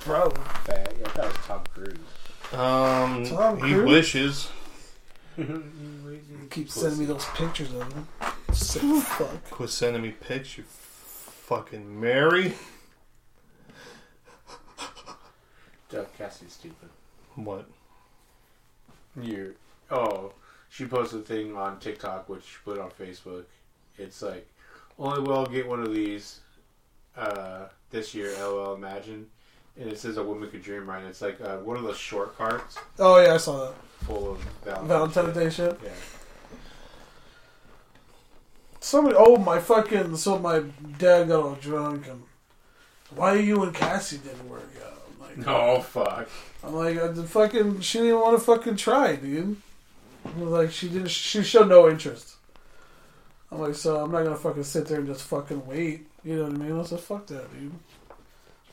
Speaker 1: Bro,
Speaker 3: Fat. Yeah, I thought it was Tom Cruise.
Speaker 2: Um,
Speaker 1: Tom
Speaker 2: he
Speaker 1: Cruise?
Speaker 2: wishes.
Speaker 1: you keep sending me those pictures of him. Sick fuck.
Speaker 2: Quit sending me pics, you fucking Mary.
Speaker 3: Doug Cassidy's stupid.
Speaker 2: What?
Speaker 3: you oh she posted a thing on tiktok which she put on facebook it's like only way i'll get one of these uh, this year lol imagine and it says a woman could dream right it's like uh, one of those short cards
Speaker 1: Oh yeah, I saw
Speaker 3: full of
Speaker 1: that
Speaker 3: valentine's,
Speaker 1: Valentine's Day shit.
Speaker 3: yeah
Speaker 1: Somebody, oh my fucking, so my dad got all drunk and why you and Cassie didn't work out. I'm like,
Speaker 3: oh fuck
Speaker 1: I'm like, I did fucking, she didn't want to fucking try, dude. I was like, she didn't, she showed no interest. I'm like, so I'm not gonna fucking sit there and just fucking wait. You know what I mean? I said, fuck that, dude.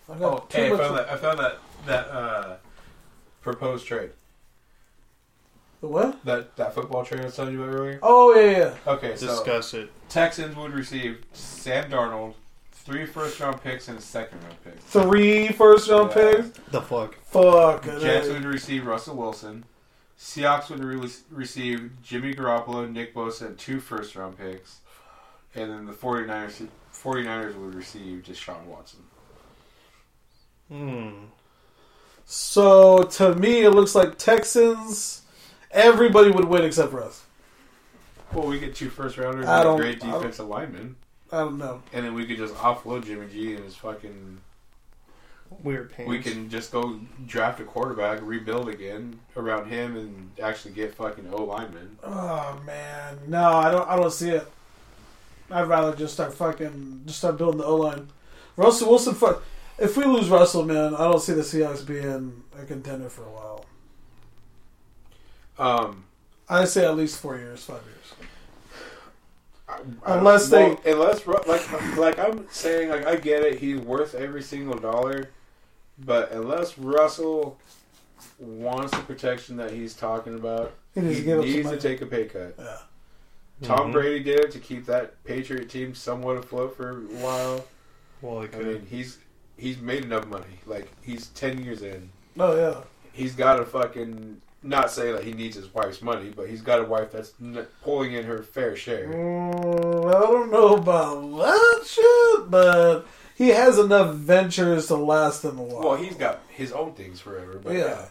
Speaker 1: I got too much.
Speaker 3: that Oh, i found that that uh proposed trade
Speaker 1: the what?
Speaker 3: that that football trade i was telling you about earlier
Speaker 1: Oh yeah, yeah.
Speaker 3: okay so
Speaker 2: Discuss it.
Speaker 3: texans would receive sam darnold three first round picks and a second round pick
Speaker 1: Three first round
Speaker 3: Yeah.
Speaker 1: picks.
Speaker 2: The fuck?
Speaker 1: Fuck. I
Speaker 3: Jets
Speaker 1: know.
Speaker 3: would receive Russell Wilson. Seahawks would re- receive Jimmy Garoppolo, Nick Bosa, and two first round picks. And then the 49ers, 49ers would receive Deshaun Watson.
Speaker 2: Hmm.
Speaker 1: So to me, it looks like Texans. Everybody would win except for us.
Speaker 3: Well, we get two first rounders
Speaker 1: I
Speaker 3: and a
Speaker 1: don't-
Speaker 3: great
Speaker 1: I don't-
Speaker 3: defensive lineman.
Speaker 1: I don't know.
Speaker 3: And then we could just offload Jimmy G and his fucking.
Speaker 2: Weird pants.
Speaker 3: We can just go draft a quarterback, rebuild again around him, and actually get fucking O linemen.
Speaker 1: Oh man, no, I don't. I don't see it. I'd rather just start fucking, just start building the O line. Russell Wilson, fuck. If we lose Russell, man, I don't see the Seahawks being a contender for a while.
Speaker 3: Um,
Speaker 1: I say at least four years, five years.
Speaker 3: I don't-
Speaker 1: Unless they-
Speaker 3: well, unless Ru- like like I'm saying, like I get it, he's worth every single dollar, but unless Russell wants the protection that he's talking about,
Speaker 1: He
Speaker 3: he
Speaker 1: needs
Speaker 3: needs
Speaker 1: to give up some
Speaker 3: to
Speaker 1: money.
Speaker 3: take a pay cut.
Speaker 1: Yeah.
Speaker 3: Tom Brady did it to keep that Patriot team somewhat afloat for a while.
Speaker 2: Well, I
Speaker 3: I
Speaker 2: could.
Speaker 3: mean, he's he's made enough money. Like he's ten years in,
Speaker 1: Oh yeah.
Speaker 3: he's got to fucking not say that he needs his wife's money, but he's got a wife that's n- pulling in her fair share.
Speaker 1: Mm, I don't know about that shit, but he has enough ventures to last him a while.
Speaker 3: Well, he's got his own things forever, but
Speaker 1: yeah.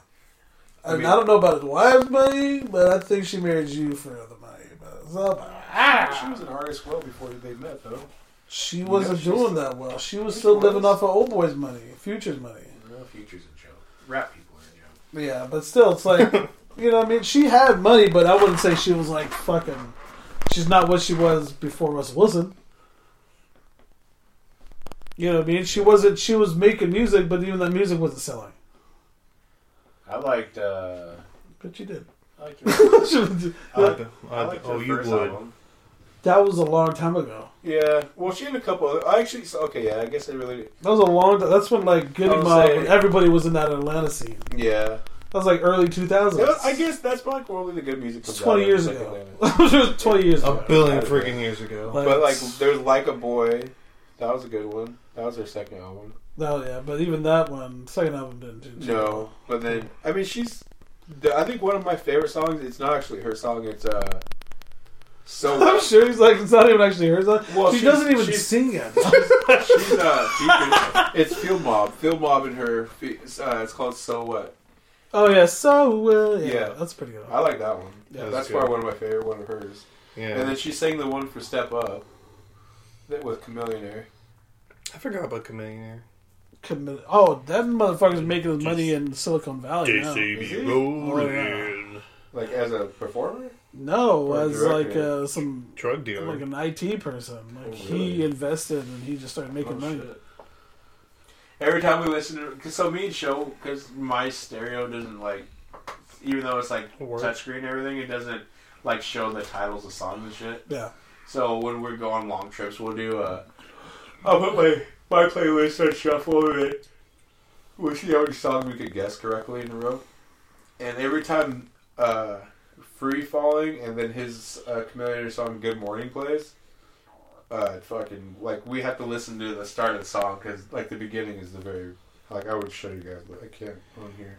Speaker 3: I
Speaker 1: I, mean,
Speaker 3: mean-
Speaker 1: I don't know about his wife's money, but I think she married you for the money. But it's not about-
Speaker 3: She was an artist well before they met, though.
Speaker 1: She wasn't
Speaker 3: she's-
Speaker 1: doing that well. She was still living off of old boy's money, futures money.
Speaker 3: Well, Future's in joke. Rap people are in joke.
Speaker 1: Yeah, but still, it's
Speaker 3: <laughs>
Speaker 1: like you know, what I mean, she had money, but I wouldn't say she was like fucking. She's not what she was before Russell Wilson. You know what I mean? She wasn't. She was making music, but even that music wasn't selling.
Speaker 3: I liked, uh,
Speaker 1: But she did. <laughs>
Speaker 2: I'd,
Speaker 3: I
Speaker 2: I'd,
Speaker 3: liked her
Speaker 2: oh, you would.
Speaker 3: first album.
Speaker 1: That was a long time ago.
Speaker 3: Yeah. Well, she had a couple. Other, I actually. saw- Okay. Yeah. I guess I really.
Speaker 1: That was a long. time. That's when like Goody
Speaker 3: I was
Speaker 1: Mob,
Speaker 3: saying-
Speaker 1: when everybody was in that Atlanta scene.
Speaker 3: Yeah.
Speaker 1: That was like early two thousands.
Speaker 3: That was- I guess that's probably probably the good music.
Speaker 1: It's
Speaker 3: comes
Speaker 1: twenty
Speaker 3: out
Speaker 1: years
Speaker 3: of Second
Speaker 1: ago. <laughs>
Speaker 3: Atlanta.
Speaker 1: it was twenty years
Speaker 2: A
Speaker 1: ago.
Speaker 2: billion freaking years ago.
Speaker 3: But like, there's like a boy. That was a good one. That was her second album.
Speaker 1: no, yeah, but even that one, second album didn't do. too
Speaker 3: No, but then I mean, she's. the- I think one of my favorite songs. It's not actually her song. It's uh.
Speaker 1: <laughs>
Speaker 3: So
Speaker 1: well. I'm sure he's like it's not even actually hers.
Speaker 3: Well,
Speaker 1: she
Speaker 3: she's-
Speaker 1: doesn't even
Speaker 3: she's-
Speaker 1: sing it.
Speaker 3: <laughs>
Speaker 1: <laughs>
Speaker 3: She's uh, featured- it's Field Mob. Field Mob and her. fe- Uh, it's called So What.
Speaker 1: oh yeah, so uh, yeah,
Speaker 3: Yeah.
Speaker 1: that's pretty good.
Speaker 3: I like that one.
Speaker 1: Yeah,
Speaker 3: that's
Speaker 2: that's
Speaker 3: probably
Speaker 2: good.
Speaker 3: one of my favorite one of hers.
Speaker 2: Yeah.
Speaker 3: And then she sang the one for Step Up that with Chameleonaire.
Speaker 2: I forgot about Chameleon.
Speaker 1: Commit- oh, that motherfucker's making his money in Silicon Valley. Now.
Speaker 3: Is Oh, he?
Speaker 2: rolling.
Speaker 3: Like as a performer.
Speaker 1: No,
Speaker 3: Or
Speaker 1: as
Speaker 3: director.
Speaker 1: like uh, some
Speaker 3: Oh
Speaker 2: Drug dealer.
Speaker 1: like an IT person. Like he
Speaker 3: really? Oh,
Speaker 1: invested and he just started making money.
Speaker 3: shit. Every time we listen to, cause so me and show, cause my stereo doesn't like, even though it's like
Speaker 2: Work.
Speaker 3: touchscreen and everything, it doesn't like show the titles of songs and shit.
Speaker 1: Yeah.
Speaker 3: So when we go on long trips, we'll do uh, a. I'll put my my playlist on shuffle and it. We'll see how many songs we could guess correctly in a row. And every time, uh, "Free Falling" and then his uh, Chameleon song "Good Morning" plays. Uh, fucking like we have to listen to the start of the song because like the beginning is the very like I would show you guys but I can't on here.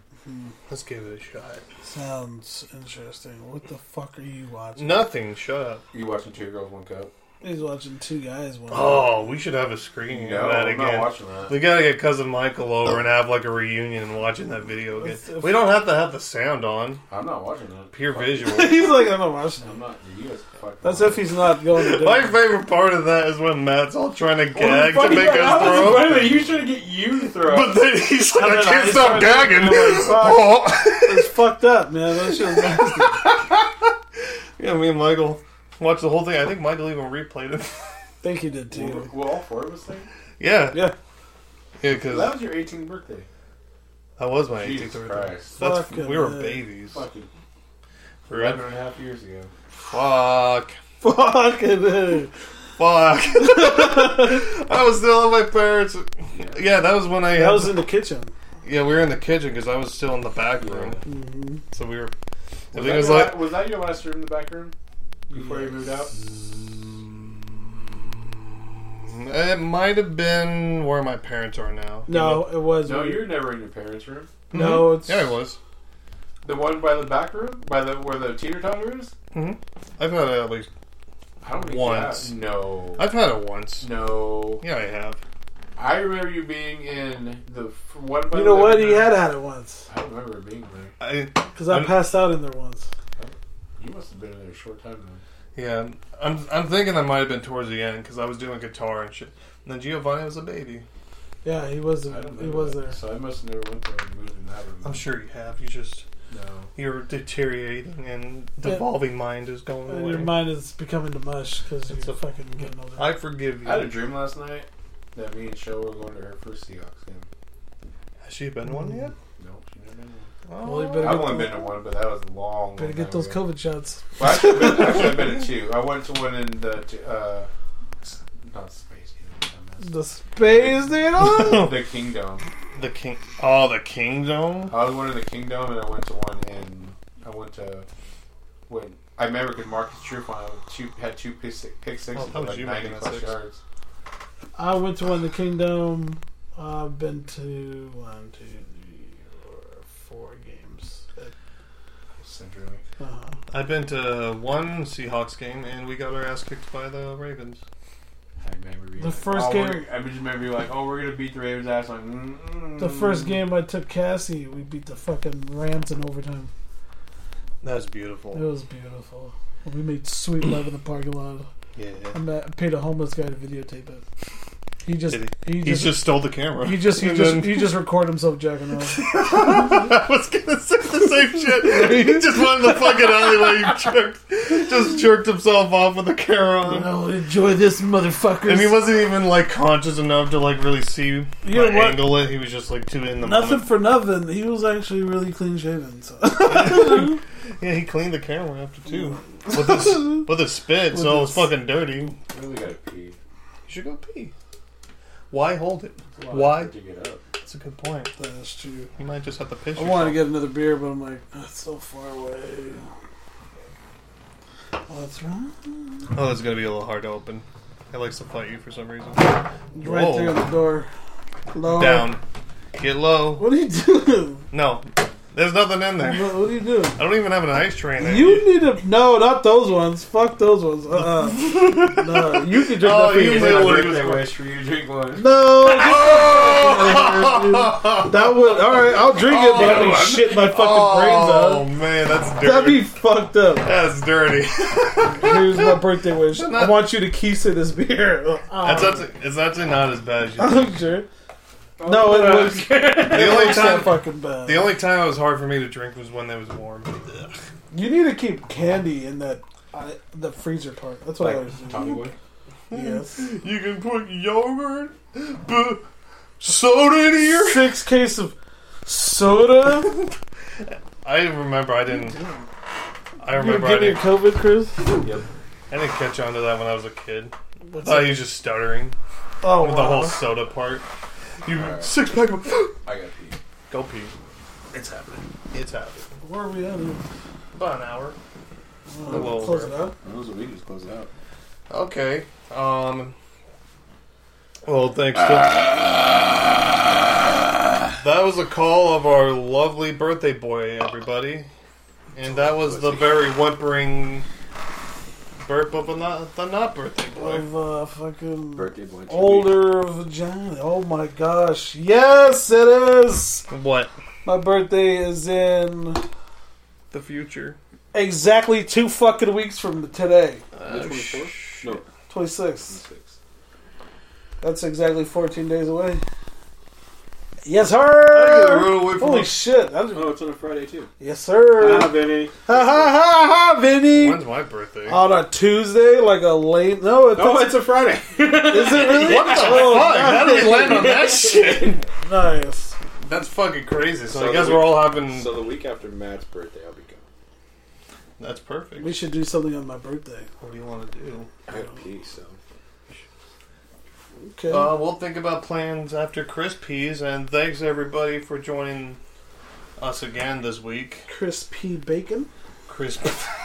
Speaker 2: Let's give it a shot.
Speaker 1: Sounds interesting. What the fuck are you watching?
Speaker 2: Nothing. Shut up.
Speaker 3: You watching Two Girls One Cup?
Speaker 1: He's watching two guys. One
Speaker 2: Oh, we should have a screening
Speaker 3: No,
Speaker 2: of that
Speaker 3: I'm
Speaker 2: again. Oh.
Speaker 3: not watching that.
Speaker 2: We gotta get cousin Michael over and have like a reunion and watching that video again. We don't have to have the sound on.
Speaker 3: I'm not watching that.
Speaker 2: Pure
Speaker 3: Fuck.
Speaker 2: visual.
Speaker 1: <laughs> he's like I'm not watching
Speaker 3: I'm
Speaker 1: him.
Speaker 3: not. You guys fucking.
Speaker 1: That's if he's not going
Speaker 2: <laughs>
Speaker 1: to.
Speaker 2: My
Speaker 1: Dinner.
Speaker 2: favorite part of that is when Matt's all trying to gag to
Speaker 3: Fucking
Speaker 2: make
Speaker 3: yeah,
Speaker 2: us
Speaker 3: that was
Speaker 2: throw. up.
Speaker 3: funny that You should get you to throw.
Speaker 2: But then he's like,
Speaker 1: And
Speaker 2: I
Speaker 1: then
Speaker 2: can't
Speaker 1: I
Speaker 2: stop
Speaker 1: started
Speaker 2: gagging.
Speaker 1: going, fuck.
Speaker 2: <laughs> Oh.
Speaker 1: It's fucked up, man. That shit was nasty.
Speaker 2: yeah, me and Michael watched the whole thing. I think Michael even replayed it. <laughs>
Speaker 1: think he did too.
Speaker 3: well, all four of us think.
Speaker 2: yeah,
Speaker 1: Yeah.
Speaker 2: yeah, because
Speaker 3: That was your 18th birthday.
Speaker 2: that was my 18th
Speaker 3: Jesus
Speaker 2: birthday.
Speaker 3: Christ.
Speaker 2: That's
Speaker 1: Fucking
Speaker 2: we were
Speaker 1: hell.
Speaker 2: babies.
Speaker 3: Fucking
Speaker 2: Right?
Speaker 3: 11 and a half years ago.
Speaker 2: <laughs> Fuck.
Speaker 1: Fucking. hell.
Speaker 2: Fuck. <laughs> I was still at my parents. Yeah, that was when I.
Speaker 1: That
Speaker 2: had-
Speaker 1: was in the kitchen.
Speaker 2: yeah, we were in the kitchen because I was still in the back room. So we were. I think
Speaker 3: that
Speaker 2: it was
Speaker 3: your
Speaker 2: like.
Speaker 3: la- was that your last room in the back room? Before you moved out?
Speaker 2: "Mm, It might have been where my parents are now.
Speaker 1: No, it was.
Speaker 3: No, you were never in your parents' room.
Speaker 1: No, it's.
Speaker 2: Mm-hmm. Yeah, it was.
Speaker 3: The one by the back room? By the where the teeter totter is?
Speaker 2: I've had it at least.
Speaker 3: I don't think
Speaker 2: Once.
Speaker 3: that- No.
Speaker 2: I've had it once.
Speaker 3: no.
Speaker 2: Yeah, I have.
Speaker 3: I remember you being in the f- one by
Speaker 1: You know
Speaker 3: the
Speaker 1: what?
Speaker 3: living
Speaker 1: He
Speaker 3: room.
Speaker 1: had had it once
Speaker 3: I don't remember being there.
Speaker 2: I
Speaker 1: because I
Speaker 2: I'm-
Speaker 1: passed out in there once.
Speaker 3: You must have been in there a short time then.
Speaker 2: yeah. I'm I'm thinking that might have been towards the end because I was doing guitar and shit. And then Giovanni was a baby.
Speaker 1: Yeah, he was.
Speaker 3: I don't
Speaker 1: He
Speaker 3: remember
Speaker 1: was
Speaker 3: that.
Speaker 1: there.
Speaker 3: So I must have never went there and moved in that room.
Speaker 2: I'm sure you have. You just
Speaker 3: No.
Speaker 2: your deteriorating and devolving mind is going
Speaker 1: And your
Speaker 2: away.
Speaker 1: mind is becoming to mush because you're
Speaker 2: It's a-
Speaker 1: fucking getting older.
Speaker 2: I forgive you.
Speaker 3: I had a dream last night that me and Show were going to her first Seahawks game.
Speaker 2: Has she been one yet?
Speaker 3: Nope, she never been to
Speaker 1: Well, you
Speaker 3: one.
Speaker 1: better
Speaker 3: I've
Speaker 1: get
Speaker 3: only
Speaker 1: those-
Speaker 3: been to one, but that was a long.
Speaker 1: Better
Speaker 3: long
Speaker 1: get
Speaker 3: time
Speaker 1: those
Speaker 3: ago.
Speaker 1: COVID shots.
Speaker 3: Well, actually, I've been, actually, I've been to two. I went to one in the t- uh, s- not space. Needle,
Speaker 1: The space needle. <laughs>
Speaker 2: <laughs>
Speaker 3: I messed up. the kingdom.
Speaker 2: The king. Oh, the kingdom.
Speaker 3: I was one in the kingdom, and I went to one in. I went to when I remember because Marcus Trufant two, had two pick, si- pick sixes,
Speaker 2: that was
Speaker 3: like
Speaker 2: you
Speaker 3: ninety
Speaker 2: making that
Speaker 3: plus
Speaker 2: six.
Speaker 3: yards.
Speaker 1: I went to one in the kingdom. I've been to one, two, three, four, four games.
Speaker 3: Central.
Speaker 1: Uh,
Speaker 2: I've been to one Seahawks game and we got our ass kicked by the Ravens.
Speaker 3: I remember being
Speaker 1: The
Speaker 3: like,
Speaker 1: first
Speaker 3: oh,
Speaker 1: game-
Speaker 3: we're- I just remember you like, oh, we're gonna beat the Ravens' ass. Like mm
Speaker 1: the first game I took Cassie, we beat the fucking Rams in overtime.
Speaker 2: That's
Speaker 1: It
Speaker 2: beautiful.
Speaker 1: was beautiful. We made sweet love in the parking lot.
Speaker 2: Yeah.
Speaker 1: I met- I paid a homeless guy to videotape it. He just
Speaker 2: Did
Speaker 1: he
Speaker 2: He
Speaker 1: just
Speaker 2: just, stole the camera.
Speaker 1: he just he
Speaker 2: <laughs> And
Speaker 1: just
Speaker 2: then-
Speaker 1: he just recorded himself jacking
Speaker 2: <laughs>
Speaker 1: off.
Speaker 2: I <laughs> was gonna say the same shit. He just went in the fucking alleyway. He jerked, just jerked himself off with a camera on.
Speaker 1: oh, enjoy this, motherfuckers.
Speaker 2: And he wasn't even like conscious enough to like really see
Speaker 1: You
Speaker 2: you
Speaker 1: know what?
Speaker 2: angle it. He was just like too in the
Speaker 1: Nothing
Speaker 2: moment.
Speaker 1: for nothing. He was actually really clean shaven. So.
Speaker 2: Yeah, he cleaned the camera after
Speaker 1: <laughs>
Speaker 2: two with his with his spit, so it was fucking dirty. You
Speaker 3: I really gotta pee.
Speaker 2: should go pee. Why hold it? Why?
Speaker 3: To get up.
Speaker 2: That's a good point.
Speaker 1: <laughs> That's true.
Speaker 2: You might just have to piss.
Speaker 1: I wanted to get another beer, but I'm like, that's so far away. Oh, that's right.
Speaker 2: Oh, that's gonna be a little hard to open. It likes to fight you for some reason.
Speaker 1: Right there on
Speaker 2: Whoa.
Speaker 1: the door. Low.
Speaker 2: Down. Get low.
Speaker 1: What are you doing?
Speaker 2: No, there's nothing in there.
Speaker 1: What, what are you doing?
Speaker 2: I don't even have an ice tray in there.
Speaker 1: You need to no, not those ones. Fuck those ones.
Speaker 2: <laughs>
Speaker 1: Uh, uh no, you can drink that
Speaker 2: Oh,
Speaker 1: for your
Speaker 2: you Oh! knew
Speaker 1: birthday.
Speaker 2: it.
Speaker 3: Birthday wish for you to drink one.
Speaker 1: No, get <laughs> that would. All right, I'll drink it, but I'm gonna shit my fucking
Speaker 2: oh
Speaker 1: brains out.
Speaker 2: man, that's dirty.
Speaker 1: That'd be fucked up. <laughs>
Speaker 2: that's dirty.
Speaker 1: Here's my birthday wish. I want you to kiss this beer. <laughs> Uh,
Speaker 2: that's actually, it's actually not as bad as you. think.
Speaker 1: I'm sure. No, it was
Speaker 2: The only
Speaker 1: not
Speaker 2: time,
Speaker 1: fucking bad.
Speaker 2: the only time it was hard for me to drink was when it was warm.
Speaker 1: You need to keep candy in that I, the freezer part. That's what I always do.
Speaker 3: Tommy boy.
Speaker 1: Yes.
Speaker 2: You can put yogurt, but soda in here.
Speaker 1: Six case of soda.
Speaker 2: I remember I didn't. I
Speaker 1: You
Speaker 2: remember I
Speaker 1: give me your
Speaker 2: didn't,
Speaker 1: COVID, Chris.
Speaker 3: Yep.
Speaker 2: I didn't catch on to that when I was a kid. I thought he was just stuttering
Speaker 1: Oh,
Speaker 2: with the
Speaker 1: wow.
Speaker 2: whole soda part. You six pack of <gasps>
Speaker 3: I gotta pee.
Speaker 2: go pee. It's happening. It's happening.
Speaker 1: Where are we at? here?
Speaker 2: About an hour. A
Speaker 1: Uh,
Speaker 2: little
Speaker 1: Close it
Speaker 2: over.
Speaker 1: up.
Speaker 3: That was a week. Just close it out.
Speaker 2: Okay. Um. Well, thanks. To- that was a call of our lovely birthday boy, everybody, and that was the very whimpering burp of a not the not birthday boy.
Speaker 1: Of uh, fucking
Speaker 3: Birthday boy.
Speaker 1: older vagina. Oh my gosh! Yes, it is.
Speaker 2: What?
Speaker 1: My birthday is in
Speaker 2: The future.
Speaker 1: exactly two fucking weeks from today,
Speaker 3: The 24th? Oh, No,
Speaker 1: twenty sixth.
Speaker 3: 26.
Speaker 1: That's exactly fourteen days away. Yes,
Speaker 2: I gotta
Speaker 1: sir.
Speaker 2: run away from
Speaker 1: Holy
Speaker 2: the-
Speaker 1: shit! That's-
Speaker 3: Oh, it's on a Friday too.
Speaker 1: Yes, sir.
Speaker 3: Ah,
Speaker 1: Ha
Speaker 3: Vinny.
Speaker 1: ha ha ha, Vinny.
Speaker 2: When's my birthday?
Speaker 1: On a Tuesday, like a late. No, it's,
Speaker 3: Oh, it's a Friday.
Speaker 1: is it really? Oh,
Speaker 2: what the fuck? How did we land on <laughs> that shit?
Speaker 1: Nice.
Speaker 2: That's fucking crazy. So, I
Speaker 3: So
Speaker 2: guess
Speaker 3: the-
Speaker 2: we're all having.
Speaker 3: <laughs> so the week after Matt's birthday, I'll be gone.
Speaker 2: That's perfect.
Speaker 1: We should do something on my birthday.
Speaker 2: What do you want to do?
Speaker 3: I gotta pee, so.
Speaker 1: Okay.
Speaker 2: Uh, we'll think about plans after Chris pees, and thanks everybody for joining us again this week.
Speaker 1: crispy bacon.
Speaker 2: Chris, <laughs>
Speaker 3: That's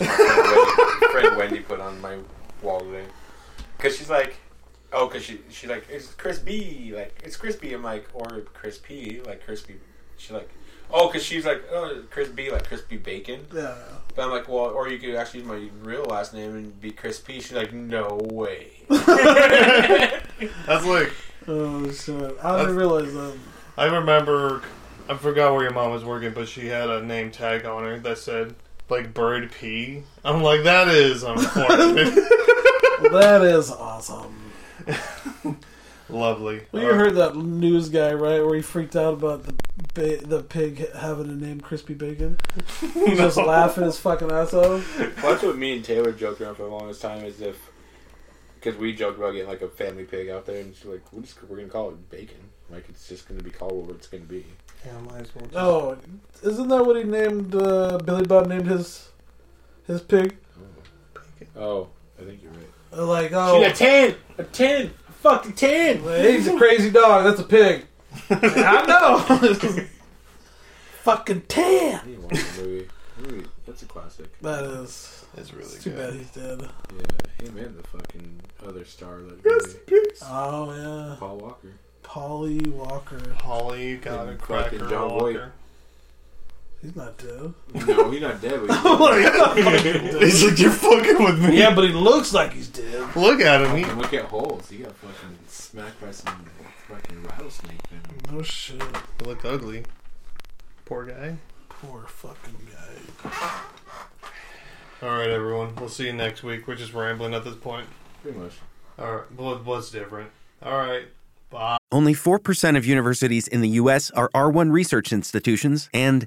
Speaker 3: my friend Wendy, friend Wendy put on my wall today. Because she's like, oh, because she, she like, it's Chris B. Like, it's Crispy. I'm like, or Chris P. Like, Crispy. She like, oh, because she's like, oh, Chris B. Like, Crispy Bacon.
Speaker 1: Yeah.
Speaker 3: But I'm like, well, or you could actually use my real last name and be Chris P. She's like, no way.
Speaker 2: that's like
Speaker 1: Oh shit! I didn't realize that.
Speaker 2: I remember. I forgot where your mom was working, but she had a name tag on her that said like "Bird P." I'm like, that
Speaker 1: <laughs>
Speaker 2: is unfortunate.
Speaker 1: That is awesome.
Speaker 2: Lovely.
Speaker 1: Well, you
Speaker 2: Uh,
Speaker 1: heard that news guy, right? Where he freaked out about the ba- the pig having a name, Crispy
Speaker 2: <laughs>
Speaker 1: Bacon. He's just laughing his fucking ass off.
Speaker 3: Well, that's what me and Taylor joked around for the longest time is if because we joked about getting like a family pig out there, and she's like, "We're just we're gonna call it bacon. Like it's just gonna be called what it's gonna be."
Speaker 2: Yeah, might as well just-
Speaker 1: Oh, isn't that what he named uh, Billy Bob named his his pig?
Speaker 3: Oh, I think you're right.
Speaker 1: Like oh,
Speaker 3: ten, a ten, a fucking ten.
Speaker 1: he's
Speaker 3: <laughs>
Speaker 1: a crazy dog. That's a pig. <laughs> I know. fucking tan.
Speaker 3: I didn't watch the movie. movie. That's a classic.
Speaker 1: That is.
Speaker 2: it's really
Speaker 1: It's too
Speaker 2: good.
Speaker 1: bad he's dead.
Speaker 3: Yeah, him and the fucking other star that movie,
Speaker 1: Oh yeah.
Speaker 3: Paul Walker.
Speaker 1: Polly Walker.
Speaker 2: Holly got a
Speaker 3: And
Speaker 2: cracker.
Speaker 3: fucking John <laughs>
Speaker 2: Walker.
Speaker 1: He's not dead.
Speaker 3: No, he's not <laughs> dead. But
Speaker 2: <laughs> He's like, you're fucking with me.
Speaker 1: yeah, but he looks like he's dead.
Speaker 2: Look at him.
Speaker 3: he,
Speaker 2: He,
Speaker 3: and look at holes. He got fucking smacked by some fucking rattlesnake venom.
Speaker 1: No shit.
Speaker 2: he looked ugly. Poor guy.
Speaker 1: Poor fucking guy.
Speaker 2: All right, everyone. We'll see you next week. We're just rambling at this point.
Speaker 3: Pretty much.
Speaker 2: All right. What, what's different? All right. Bye.
Speaker 5: Only 4% of universities in the U.S. are R1 research institutions, and